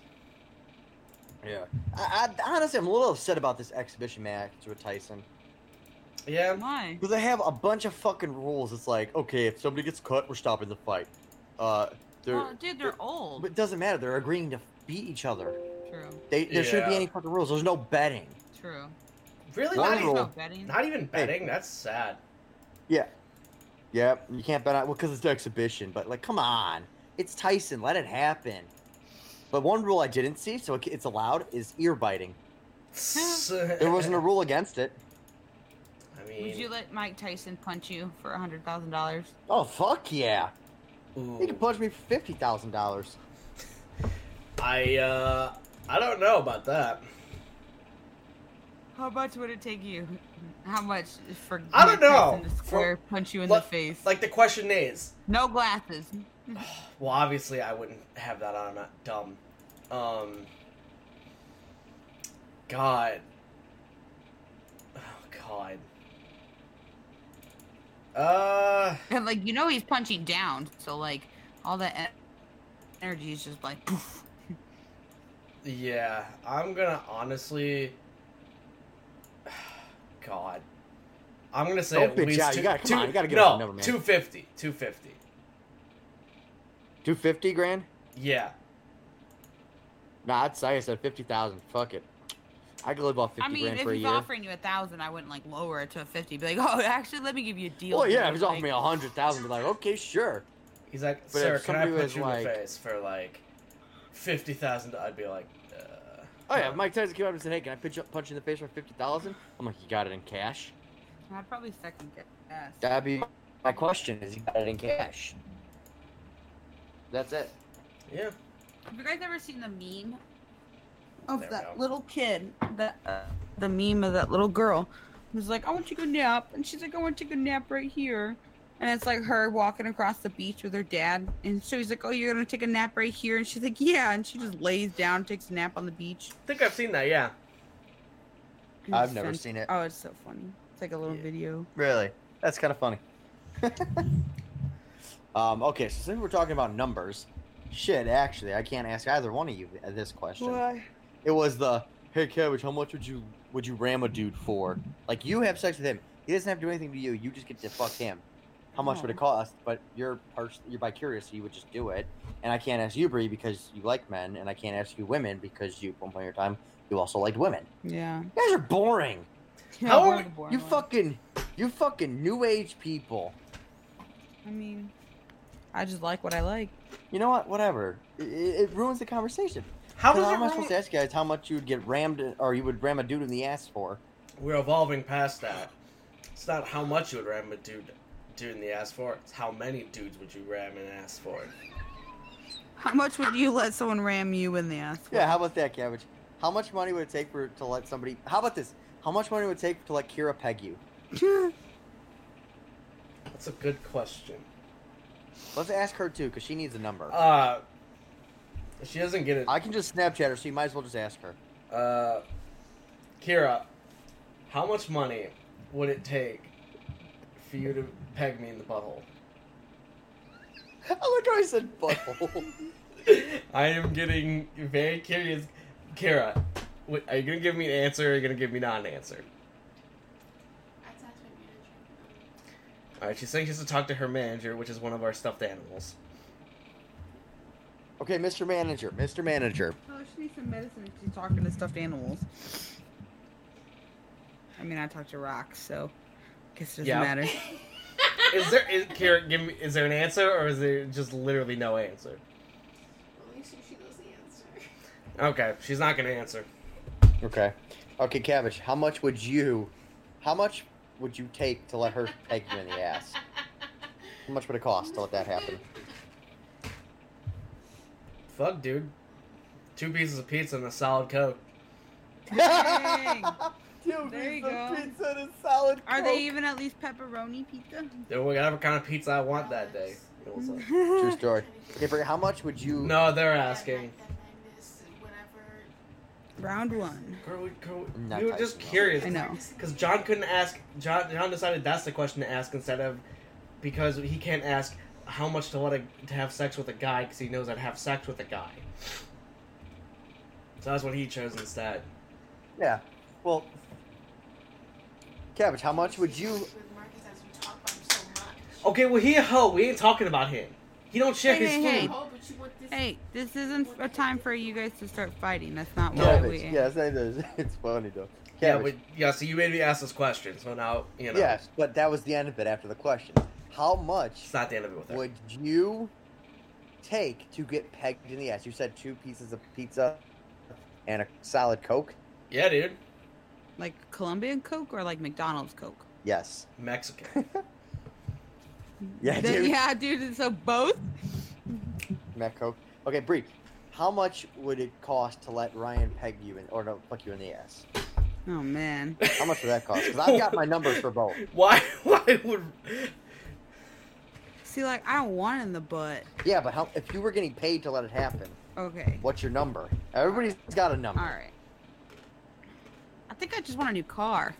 Yeah. I, I honestly, I'm a little upset about this exhibition match with Tyson Yeah. Why? because they have a bunch of fucking rules. It's like, okay, if somebody gets cut, we're stopping the fight. Uh, they're, Well, dude, they're old. but it doesn't matter. They're agreeing to beat each other. True. They there shouldn't be Yeah. any fucking rules. There's no betting. True. Really? One Not There's even, rule. no betting. not even betting? That's sad. Yeah. Yep. You can't bet on well because it's an exhibition. But like, come on, it's Tyson. Let it happen. But one rule I didn't see, so it, it's allowed, is ear biting. There there <laughs> wasn't a rule against it. I Would you mean, let Mike Tyson punch you for a hundred thousand dollars? Oh fuck yeah! He ooh, can punch me for fifty thousand dollars. I uh, I don't know about that. How much would it take you? How much for I don't Mike Tyson know. to square punch you in Like- the face? Like the question is, no glasses. well, obviously I wouldn't have that on. I'm not dumb. Um, God, oh God. Uh, And like you know he's punching down, so like all that en- energy is just like poof. yeah, I'm gonna honestly, <sighs> God, I'm gonna say Don't at bitch least out. You two- gotta- come two- on, you gotta get no, up. Never mind. 250, 250. Two fifty grand? Yeah, Nah, I'd say I said fifty thousand. Fuck it. I could live off fifty I mean, grand if for a he's year. offering you a thousand, I wouldn't like lower it to a fifty. Be like, <laughs> oh, actually, let me give you a deal. well, yeah, if dude." he's offering me Like, a hundred thousand, be like, okay, sure. he's like, But if sir, can I somebody put was you in the like- face for like fifty thousand? I'd be like, uh, Oh yeah, if Mike Tyson came up and said, "Hey, can I pitch up, punch you in the face for fifty thousand? I'm like, you got it in cash. I'd probably second guess. That'd be my question: Is you got it in cash? That's it. yeah. Have you guys ever seen the meme There of we that go. little kid? That uh, the meme of that little girl who's like, "I want to go nap," and she's like, "I want to go nap right here," and it's like her walking across the beach with her dad, and so he's like, "Oh, you're gonna take a nap right here," and she's like, "Yeah," and she just lays down, takes a nap on the beach. I think I've seen that. Yeah. It's I've never fun- seen it. Oh, it's so funny. It's like a little Yeah. video. Really? That's kind of funny. <laughs> um, okay, so since we're talking about numbers, shit, actually, I can't ask either one of you this question. It was the hey, cabbage, how much would you would you ram a dude for? Like you have sex with him, he doesn't have to do anything to you. You just get to fuck him. How much would it cost? But you're pers- you're bi curious, so you would just do it. And I can't ask you, Brie, because you like men, and I can't ask you, women, because you at one point in your time you also liked women. Yeah. You guys are boring. How we're are the boring You ones. fucking, you fucking new age people. I mean, I just like what I like. You know what? Whatever. It, it ruins the conversation. How So does How it am I ruin? supposed to ask you guys how much you would get rammed or you would ram a dude in the ass for? We're evolving past that. It's not how much you would ram a dude, dude in the ass for. It's how many dudes would you ram an ass for? How much would you let someone ram you in the ass? Yeah. How about that, Cabbage? How much money would it take for to let somebody? How about this? How much money would it take to let Kira peg you? That's a good question. Let's ask her too, cause she needs a number. Uh, she doesn't get it. I can just Snapchat her, so you might as well just ask her. Uh, Kira, how much money would it take for you to peg me in the butthole? <laughs> <laughs> I like how I said butthole. I am getting very curious. Kira, what, are you gonna give me an answer or are you gonna give me not an answer? That's actually manager. Alright, she's saying she has to talk to her manager, which is one of our stuffed animals. <laughs> okay, Mr. Manager, Mr. Manager. Oh, she needs some medicine if she's talking to stuffed animals. I mean, I talked to rocks, so I guess it doesn't Yeah. matter. Is there is Kira, give me is there an answer or is there just literally no answer? At least she knows the answer. Okay, she's not gonna answer. Okay. Okay, Cabbage, how much would you how much would you take to let her peg you in the ass? How much would it cost to let that happen? Fuck, dude. Two pieces of pizza and a solid coke. <laughs> Dang. Dude, There you pizza, go. pizza and solid Are they Coke. even at least pepperoni pizza? There were whatever kind of pizza I want that day. It was <laughs> like- True story. Okay, Brie, how much would you no, they're That asking. night that I missed, whatever. <laughs> Round one. Girl, we, girl, we- Not we were just Tyson, no. curious. I know. Because John couldn't ask. John John decided that's the question to ask instead of because he can't ask how much to let a, to have sex with a guy because he knows I'd have sex with a guy. So that's what he chose instead. Yeah. Well, Cabbage, how much would you? With Marcus as you talk about him so much. Oh, Okay, well he a hoe. We ain't talking about him. He don't share Hey, his hey, food. hey. Oh, but you want this. Hey, this isn't a time for you guys to start fighting. That's not No. why Cabbage. we. Yeah, it's, not even- <laughs> it's funny though. Yeah, Cabbage. but yeah. So you made me ask this question. So now you know. Yes, but that was the end of it after the question. How much It's not the end of it with her. would you take to get pegged in the ass? You said two pieces of pizza and a solid Coke? Yeah, dude. Like Colombian Coke or like McDonald's Coke. Yes. Mexican. <laughs> Yeah, Th- dude. Yeah, dude. So both. Matt Coke. Okay, Bree, how much would it cost to let Ryan peg you in, or no, fuck you in the ass? Oh man. How much would that cost? Because I've got my numbers for both. Why? <laughs> Why would? See, like I don't want it in the butt. Yeah, but how, if you were getting paid to let it happen, Okay. what's your number? Everybody's got a All number. right. I think I just want a new car,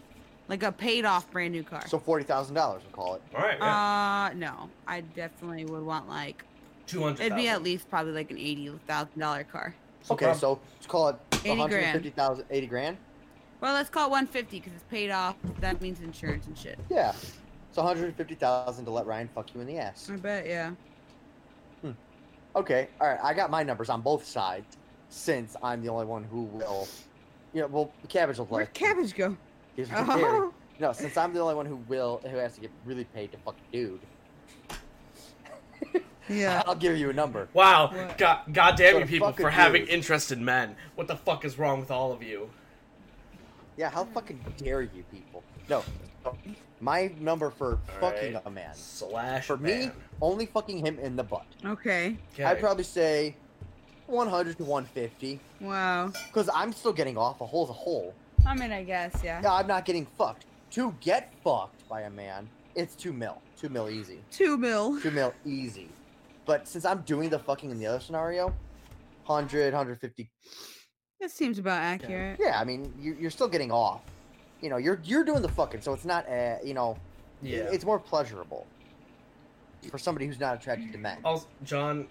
like a paid-off brand new car. So forty thousand dollars, we'll call it. All right. Yeah. uh, no, I definitely would want like Two hundred. it'd be at least probably like an eighty thousand dollar car. Okay, so let's call it 80 grand. 150,000, 80 grand. Well, let's call it one fifty because it's paid off. That means insurance and shit. Yeah. It's 150,000 to let Ryan fuck you in the ass. I bet, yeah. Okay. All right. I got my numbers on both sides since I'm the only one who will. You know, well, Cabbage will Where'd like. cabbage <laughs> go? <laughs> He's a good theory. Oh, No, since I'm the only one who will, who has to get really paid to fuck a dude, yeah. <laughs> I'll give you a number. Wow. What? God, God damn What you a people fucking for having dude. interest in men. What the fuck is wrong with all of you? Yeah, how fucking dare you people? No. My number for fucking right. a man. Slash. For me, man. only fucking him in the butt. Okay. Okay. I'd probably say 100 to 150. Wow. Because I'm still getting off. A hole's a hole. I mean, I guess, yeah. No, I'm not getting fucked. To get fucked by a man, it's two mil. Two mil easy. Two mil. Two mil easy. But since I'm doing the fucking in the other scenario, 100, 150. That seems about accurate. Yeah, I mean, you, you're still getting off. You know, you're you're doing the fucking, so it's not, uh, you know, Yeah. it's more pleasurable for somebody who's not attracted to men. also, John.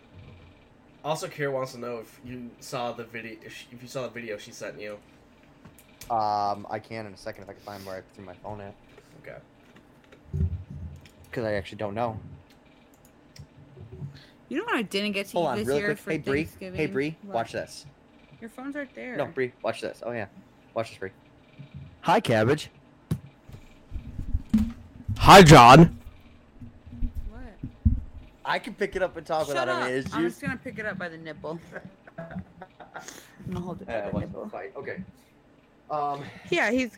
Also, Kira wants to know if you saw the video. If, she- if you saw the video she sent you. Um, I can in a second if I can find where I threw my phone at, Okay. <laughs> because I actually don't know. You know what I didn't get to Hold you on, this real year quick. for Hey Bree, Thanksgiving? hey Bree, What? watch this. Your phone's right there. No, Bree, watch this. Oh yeah, watch this, Bree. Hi, Cabbage. Hi, John. What? I can pick it up and Oh, talk Shut without up. any I'm issues. just gonna pick it up by the nipple. I'm gonna hold it by Uh, the what's nipple. the fight? Okay. <laughs> Um, Yeah, he's.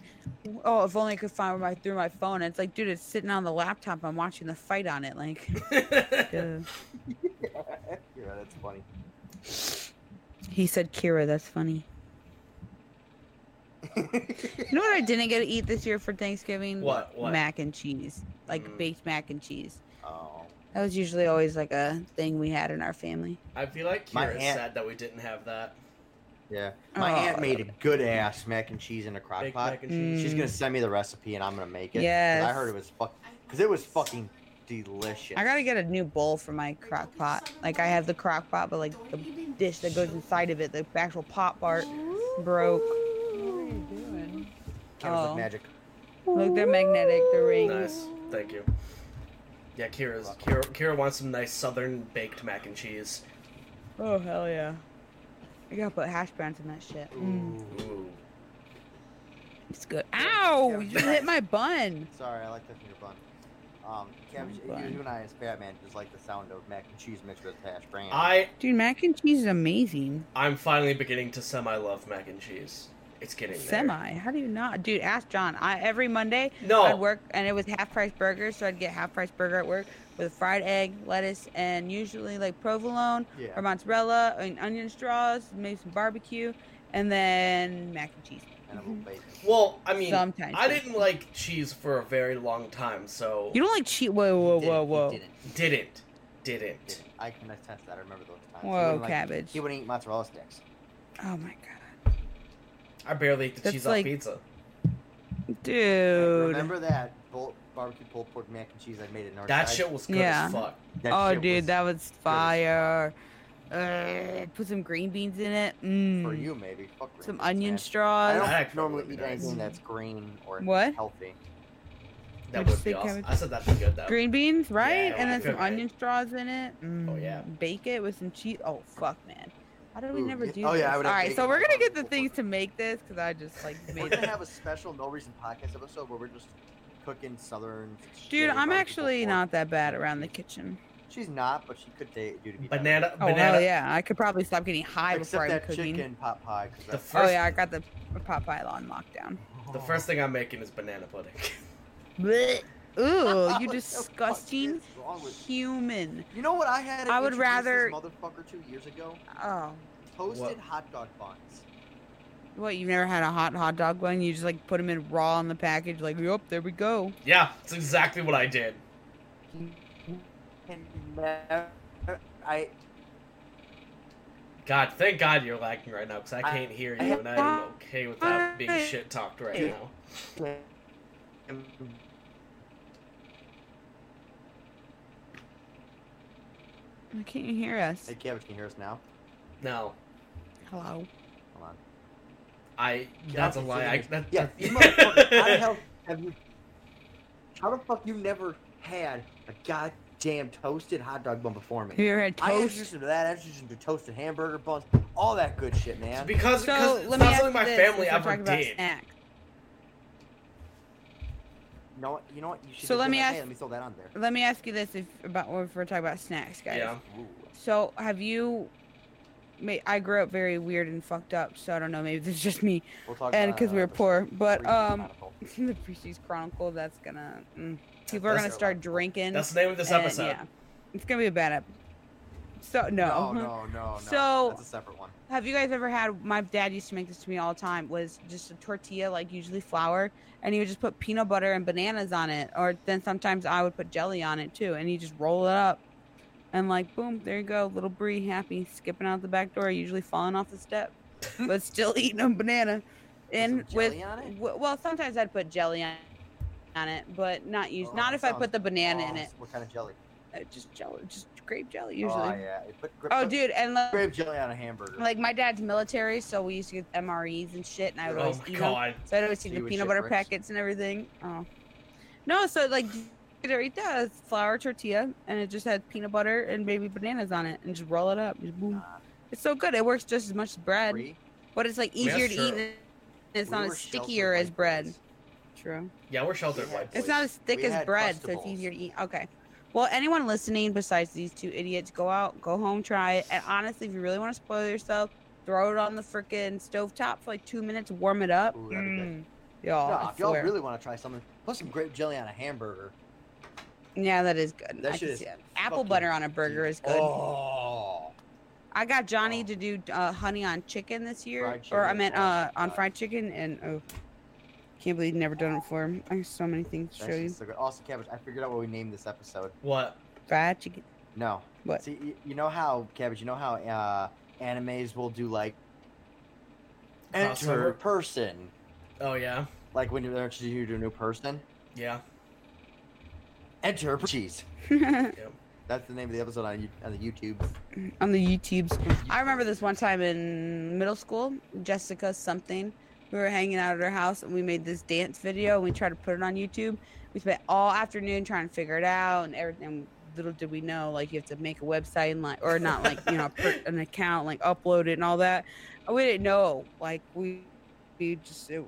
Oh, if only I could find where my through my phone. It's like, dude, it's sitting on the laptop. I'm watching the fight on it. <laughs> Like, <laughs> duh. yeah, that's funny. he said, Kira, <laughs> that's funny. You know what I didn't get to eat this year for Thanksgiving? What? What? Mac and cheese, like Mm. baked mac and cheese. oh, That was usually always like a thing we had in our family. I feel like My Kira's aunt- sad that we didn't have that. yeah. My Oh, aunt made a good ass mac and cheese in a crock Baked pot. mac and cheese. Mm. She's gonna send me the recipe, and I'm gonna make it. 'cause I Yes. heard it was fuck, I want because it was this. fucking delicious. I gotta get a new bowl for my crock pot. Like I have the crock pot, but like Don't the even dish that goes show inside of it, the actual pot part broke. What are you doing? Cabbage oh. look magic. Look, they're magnetic. The rings. Nice, thank you. Yeah, Kira's Kira, Kira wants some nice southern baked mac and cheese. Oh hell yeah! I gotta put hash browns in that shit. Mm, Ooh. Ooh, it's good. Ow! Yeah. You just hit my bun. Sorry, I like that finger bun. Um, Cabbage, Finger bun. you, you and I as Batman just like the sound of mac and cheese mixed with hash brown. I Dude, mac and cheese is amazing. I'm finally beginning to semi love mac and cheese. It's getting there. Semi. How do you not, dude? Ask John. I every Monday No. I'd work, and it was half price burgers, so I'd get half price burger at work with fried egg, lettuce, and usually like provolone Yeah. or mozzarella and onion straws, maybe some barbecue, and then mac and cheese. and a little bacon. Well, I mean, Sometimes. I didn't like cheese for a very long time, so You don't like cheese? Whoa, whoa, Didn't- whoa, he whoa, didn't, didn't, didn't. didn't. I can attest that. I remember those times. He whoa, wouldn't like- cabbage. He wouldn't eat mozzarella sticks. Oh my god, I barely ate the That's cheese like- off pizza. dude. Remember that. Bull, barbecue pulled pork mac and cheese I made at Northside. That shit was good Yeah. as fuck. That oh, shit dude, was that was fire. Uh, put some green beans in it. Mm. for you maybe. Fuck green Some beans, onion man. I straws. don't That normally would eat be nice. anything that's green or What? healthy. That would What'd you be say, awesome. Kevin? I said that'd be good though. Green beans, right? Yeah, and then okay. some onion straws in it. Oh, yeah. Mm, Bake it with some cheese. Oh fuck, man. How did we Ooh, never yeah. do? Oh, yeah, this? I would All have right, bacon so on we're top gonna of get the pulled pork. things to make this because I just like <laughs> We're made. gonna it. have a special no reason podcast episode where we're just cooking southern. shit Dude, with I'm barbecue pulled actually pork. not that bad around the kitchen. She's not, but she could date do to be better. <laughs> Banana, Oh banana. hell yeah, I could probably stop getting high Except before I'm that cooking. chicken pot pie. 'cause The that's- first, Oh yeah, I got the Popeye on lockdown. <laughs> the <laughs> first thing I'm making is banana pudding. <laughs> Blech. <laughs> What Ooh, the you fuck disgusting is wrong with- human. You know what I had? I would introduced rather- this motherfucker two years ago. Oh, Toasted What? hot dog buns. what? You've never had a hot hot dog bun? You just like put them in raw in the package, like, yup, there we go. yeah, that's exactly what I did. And never- I God, thank God you're lacking right now because I I- can't hear you, and I'm okay with that being I- shit talked right now. Why can't you hear us? hey Kevin, can you hear us now? No, Hello. Hold on. I. That's a Okay, so lie. I, anyways, that, yeah, <laughs> <laughs> you motherfucker, how the that, hell have you? How the fuck you never had a goddamn toasted hot dog bun before me? Have you ever had I toast? introduced him to that. I introduced him to toasted hamburger buns, all that good shit, man. because because So it's let me not ask you something my this, family since ever we're talking about did. snack. You know what? You know what? You should. So have let been me like, ask- Hey, let me throw that on there. Let me ask you this: if about if we're talking about snacks, guys. Yeah. Ooh. So have you? ma- I grew up very weird and fucked up, so I don't know. Maybe this is just me, We'll talk about and uh, because it we were another poor. But time. um, Chronicle. <laughs> the Priesties Chronicle. That's gonna mm, people are that's- gonna start drinking. That's the name of this and, episode. Yeah, it's gonna be a bad episode. So No, no, no, no. <laughs> So- that's a separate one. Have you guys ever had? My dad used to make this to me all the time. Was just a tortilla, like usually flour, and he would just put peanut butter and bananas on it, or then sometimes I would put jelly on it too, and he just roll it up, and like boom, there you go, little Brie, happy, skipping out the back door, usually falling off <laughs> the step, but still eating a banana, and some with jelly on it? w- well, sometimes I'd put jelly on, on it, but not use Oh, not that if I sounds put the banana in it, awesome. What kind of Oh, jelly? Uh, just jelly, just grape jelly Oh, usually. yeah. You Put, gra- Oh, put dude, and like, Grape jelly on a hamburger. like my dad's military, so we used to get MREs and shit, and I would Oh always my eat them. god. So I'd always So eat the you would peanut shit butter bricks? packets and everything. Oh, no, so like you eat that it's flour tortilla, and it just had peanut butter and maybe bananas on it, and just roll it up. Just boom. Nah, It's so good. It works just as much as bread, we- but it's like Yeah, easier to sure. eat. And it's we not were as sheltered stickier like as bread. this. True. Yeah, we're sheltered Yeah. white boys. It's not as thick We as had bread, so it's Crustables. easier to eat. Okay. Well, anyone listening besides these two idiots, go out, go home, try it. And honestly, if you really want to spoil yourself, throw it on the frickin' stovetop for like two minutes, warm it up. Ooh, that'd be good. Mm. Y'all, Nah, I if y'all swear. really want to try something, put some grape jelly on a hamburger. yeah, that is good. That I shit can is see it. Apple fucking butter on a burger is good. Oh. I got Johnny Oh. to do uh, honey on chicken this year, Fried or I chicken, meant oh uh, my on God. fried chicken, and oh, can't believe never done it before. I have so many things to That show you. shit's so good. Also, Cabbage, I figured out what we named this episode. What? Fried chicken. No. What? See, you, you know how Cabbage, you know how uh, animes will do like enter Crossover? person, Oh yeah, like when they're introducing you to a new person. yeah. Enter cheese. <laughs> on That's the name of the episode on, you- on the YouTube. the YouTubes. I remember this one time in middle school, Jessica something. We were hanging out at her house and we made this dance video and we tried to put it on YouTube. We spent all afternoon trying to figure it out and everything. Little did we know, like you have to make a website and like, or not like you know, per- <laughs> an account, like upload it and all that. We didn't know, like we, we just it was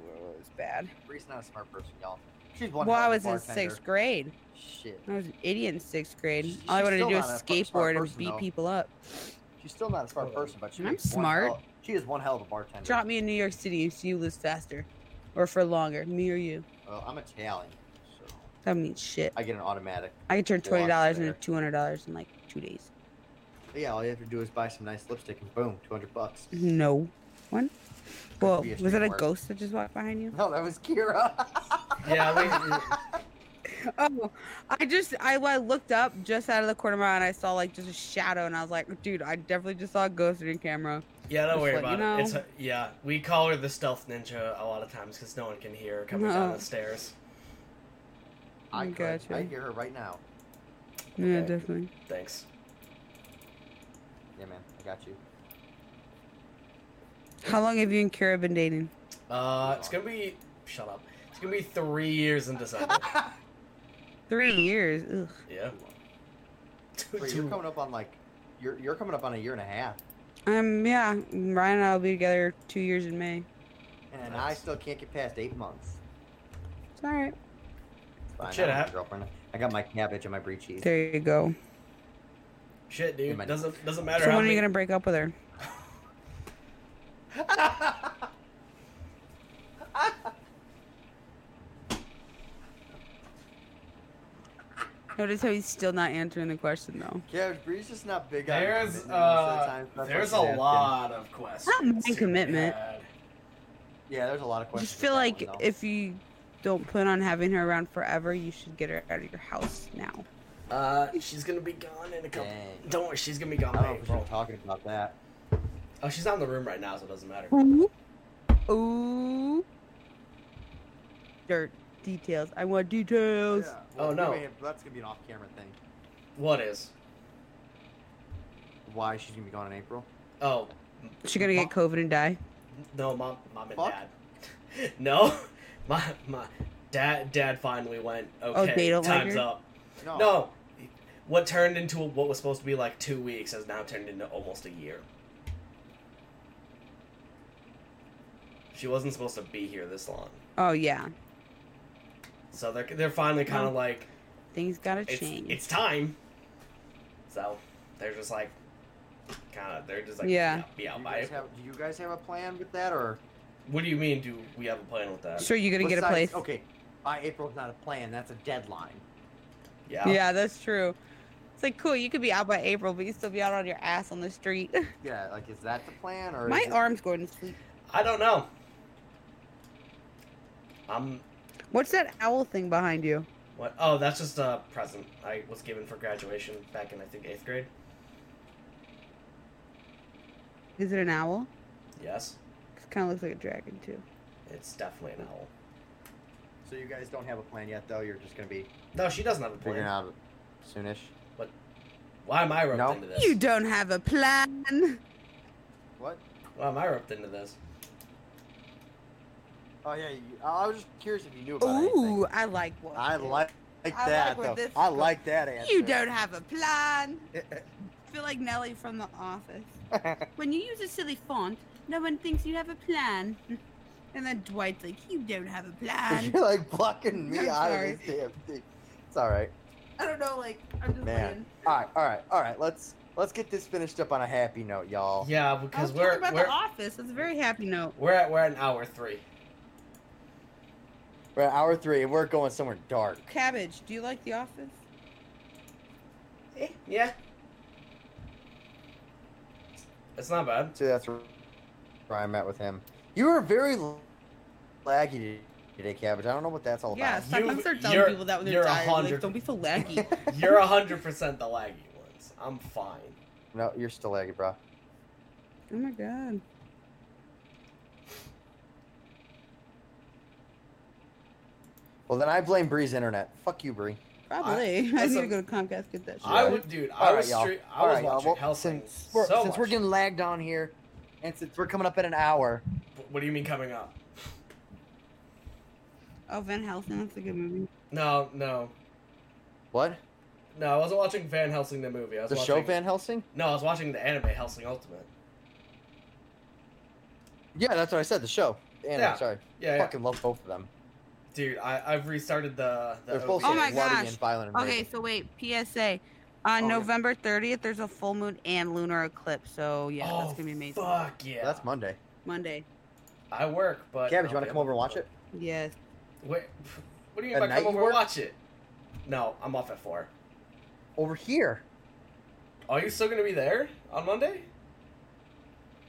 bad. Bree's not a smart person, y'all. She's one. Well, I hell was of a in bartender. sixth grade. Shit. I was an idiot in sixth grade. She's All I wanted to still do was not a fu- smart skateboard and person, beat though. people up. She's still not a smart person, but she I'm is one smart. hell- she is one hell of a bartender. Drop me in New York City and see who lives faster, or for longer, me or you. Well, Oh, I'm Italian, so That means shit. I get an automatic. I can turn Watch twenty dollars into there. two hundred dollars in like two days. But yeah, all you have to do is buy some nice lipstick, and boom, two hundred bucks. No, one. Well, be a was that a streetwalker. ghost that just walked behind you? <laughs> <laughs> No, that was Kira. <laughs> Yeah, Oh, I just I, I looked up just out of the corner of my eye and I saw like just a shadow and I was like, dude, I definitely just saw a ghost in camera. we, yeah. Don't Just worry let you about know. it. It's a, yeah. We call her the stealth ninja a lot of times because no one can hear her coming No. down the stairs. I could. Gotcha. I hear her right now. Yeah, Okay. definitely. Thanks. Yeah, man. I got you. How long have you and Kara been dating? Uh, it's gonna be shut up. It's gonna be three years in <laughs> December. Three years. Ugh. yeah. Wait, you're coming up on like, you're you're coming up on a year and a half, Um. Yeah. Ryan and I will be together two years in May. and I Nice. still can't get past eight months. It's all right. It's fine. Shit, I, I- have a girlfriend. I got my cabbage and my brie cheese. There you go. Shit, dude. Am I- Doesn't doesn't So matter when how are you many. gonna break up with her? <laughs> Notice how he's still not answering the question though. cabbage brie's just not big. on There's commitment most of the uh, time, so that's why there's she's a asking. lot of questions. my commitment. God. Yeah, there's a lot of I questions. just feel with that like one, though. if you don't plan on having her around forever, you should get her out of your house now. Uh, she's gonna be gone in a couple. Dang. Don't worry, she's gonna be Oh, gone I by don't know if we April. should be talking about that. Oh, she's not in the room right now, so it doesn't matter. Ooh. Ooh. Dirt details. I want details. Oh, we no. may have- that's gonna be an off-camera thing. What is? Why she's gonna be gone in April? Oh, She gonna get COVID and die. no, mom, mom and Fuck. dad. <laughs> no, my my dad. Dad finally went. Okay, Oh, they don't like time's her? Oh. up. No, what turned into what was supposed to be like two weeks has now turned into almost a year. She wasn't supposed to be here this long, Oh yeah, so they're they're finally kind of No. like things gotta it's change. it's time. So they're just like, kind of they're just like Yeah. yeah, be Do out you, by. guys April. have, do you guys have a plan with that, or What do you mean? Do we have a plan with that? sure, you're gonna get a Besides- place. Okay, by April's not a plan. That's a deadline. Yeah. Yeah, that's true. It's like cool. You could be out by April, but you still be out on your ass on the street. <laughs> Yeah, like is that the plan, or My is it- arm's going to sleep. I don't know. I'm What's that owl thing behind you? what? Oh, that's just a present I was given for graduation back in I think eighth grade. Is it an owl? Yes, It kind of looks like a dragon too. it's definitely an owl. So you guys don't have a plan yet, though. You're just gonna be No, she doesn't have a figuring plan. out soonish. Why am I roped No. into this? You don't have a plan. What? Why am I roped into this? Oh yeah, you, I was just curious if you knew about Ooh, anything. I like one. I like like I like that where though. this I goes. like that answer. You don't have a plan. I feel like Nelly from The Office. When you use a silly font, no one thinks you have a plan. And then Dwight's like, you don't have a <laughs> plan. <laughs> You're like blocking me I'm out sorry. of this damn thing. It's all right. I don't know, like, I'm just Man. saying. All right, all right, all right. Let's let's get this finished up on a happy note, y'all. Yeah, I was because talking we're Oh, about we're The Office. It's a very happy note. we're at we're at an hour three. We're at hour three, and we're going somewhere dark. Cabbage, do you like The Office? Yeah. It's not bad. So that's where I'm at with him. You were very laggy today, Cabbage. I don't know what that's all Yeah, about. stop You- start telling you're- people that when they're you're a tired. Like, hundred- don't be so laggy. <laughs> You're hundred percent the laggy ones. I'm fine. No, you're still laggy, bro. oh my god. Well, then I blame Bree's internet. Fuck you, Bree. Probably. <laughs> I, need listen. to go to Comcast get that shit. I Yeah. would, dude. I All right, was y'all. stre- I All was right, y'all. watching Well, Hellsing since we're, so since we're much. getting lagged on here, and since we're coming up at an hour, What do you mean coming up? oh, Van Helsing, that's a good movie. No, no, what? no. I wasn't watching Van Helsing the movie. I was The watching, show Van Helsing? No, I was watching the anime Helsing Ultimate. Yeah, that's what I said. The show. Anime, Yeah. sorry. Yeah, yeah. Fucking love both of them. dude. I I've restarted the. the They're both OVA. Oh my bloody gosh. and violent. And Okay, amazing. so wait, PSA. On Oh, yeah. November 30th, there's a full moon and lunar eclipse. So, yeah, oh, that's going to be amazing. Fuck yeah. That's Monday. Monday. I work, but I'll Cabbage, you want be to come able over and watch it? Yes. Wait, <laughs> what do you At mean by night come over you and work? watch it? No, I'm off at four. Over here. Are you still gonna be there on Monday?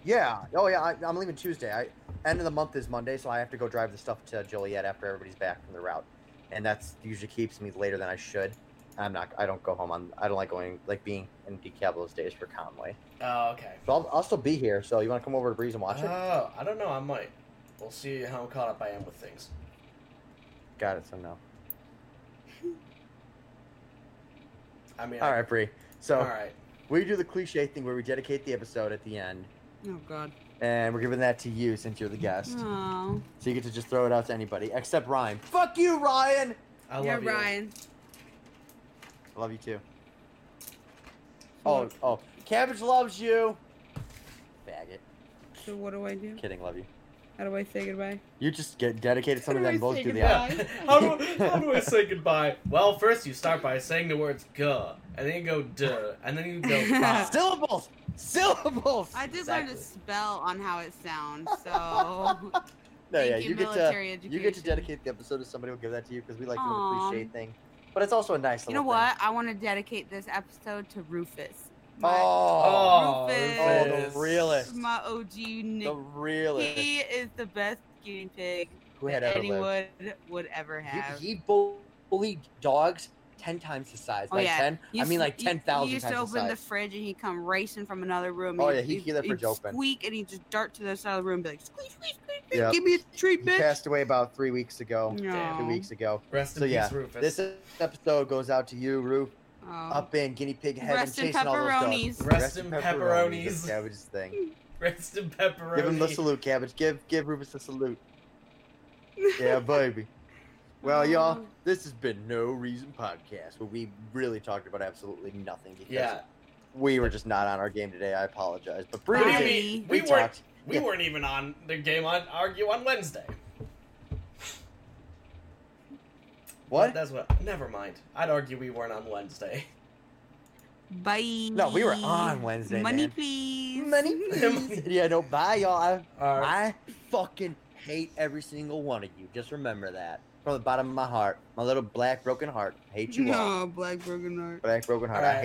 Yeah. Oh, yeah. I, I'm leaving Tuesday. I, end of the month is Monday, so I have to go drive the stuff to Joliet after everybody's back from the route, and that's usually keeps me later than I should. I'm not. I don't go home on. I don't like going like being in decal those days for Conway. Oh, okay. So I'll, I'll still be here. So you want to come over to Breeze and watch it? Oh, I don't know. I might. We'll see how caught up I am with things. Got it. So no. I mean, All I- right, Bree. So all right. we do the cliche thing where we dedicate the episode at the end, Oh God. and we're giving that to you since you're the guest. Oh. So you get to just throw it out to anybody except Ryan. Fuck you, Ryan. I yeah, love you. Ryan. I love you too. Oh, oh, Cabbage loves you. Faggot. So what do I do? Kidding, love you. How do I say goodbye? You just get dedicated some of How do them I both say do the goodbye? opposite. Yeah. <laughs> how, do, how do I say goodbye? Well, first you start by saying the words "guh," and then you go "duh," and then you go <laughs> "bah." Syllables! Syllables! I just learned Exactly. a spell on how it sounds, <laughs> so no, thank yeah, you, you get to military education. you get to dedicate the episode to somebody. We'll give that to you because we like doing the Aw. cliche thing, but it's also a nice. You know little what? I want to dedicate this episode to Rufus. Thing. Oh, Oh, Rufus. oh, the Rufus. realist, My OG Nick. the realist He is the best guinea pig who had ever lived. anyone would ever You- have. He bull- bullied dogs ten times his size. Oh, like yeah. ten? You I mean, s- like you- ten thousand You used times to his open the size. fridge and he'd come racing from another room. Oh, and yeah, he'd hear that he'd fridge open. Squeak and he'd just dart to the side of the room, and be like, squeak, squeak, squeak, squeak, Yep. give me a treat, he bitch. passed away about three weeks ago. no. Two weeks ago. Rest in So, peace, yeah, Rufus. This episode goes out to you, Roof. Oh. Up in guinea pig heaven, Rest in chasing all those dogs. pepperonis. Rest in pepperonis. is Cabbage's <laughs> thing. Rest in pepperoni. Give him the salute, Cabbage. Give give Rufus the salute. Yeah, baby. <laughs> Well, y'all, Oh. this has been No Reason Podcast, where we really talked about absolutely nothing because Yeah, we were just not on our game today. I apologize, but What do you Bree, Bye. mean? we we weren't. talked. We Yeah. weren't even on the game on argue on Wednesday. What? That's what. Never mind. I'd argue we weren't on Wednesday. <laughs> Bye. No, we were on Wednesday. Money, man. please. <laughs> Money, please. <laughs> yeah, no, bye, y'all. I, All right. I fucking hate every single one of you. Just remember that from the bottom of my heart, my little black broken heart. Hate you all, No, Black Broken Heart. black broken heart. I Alright.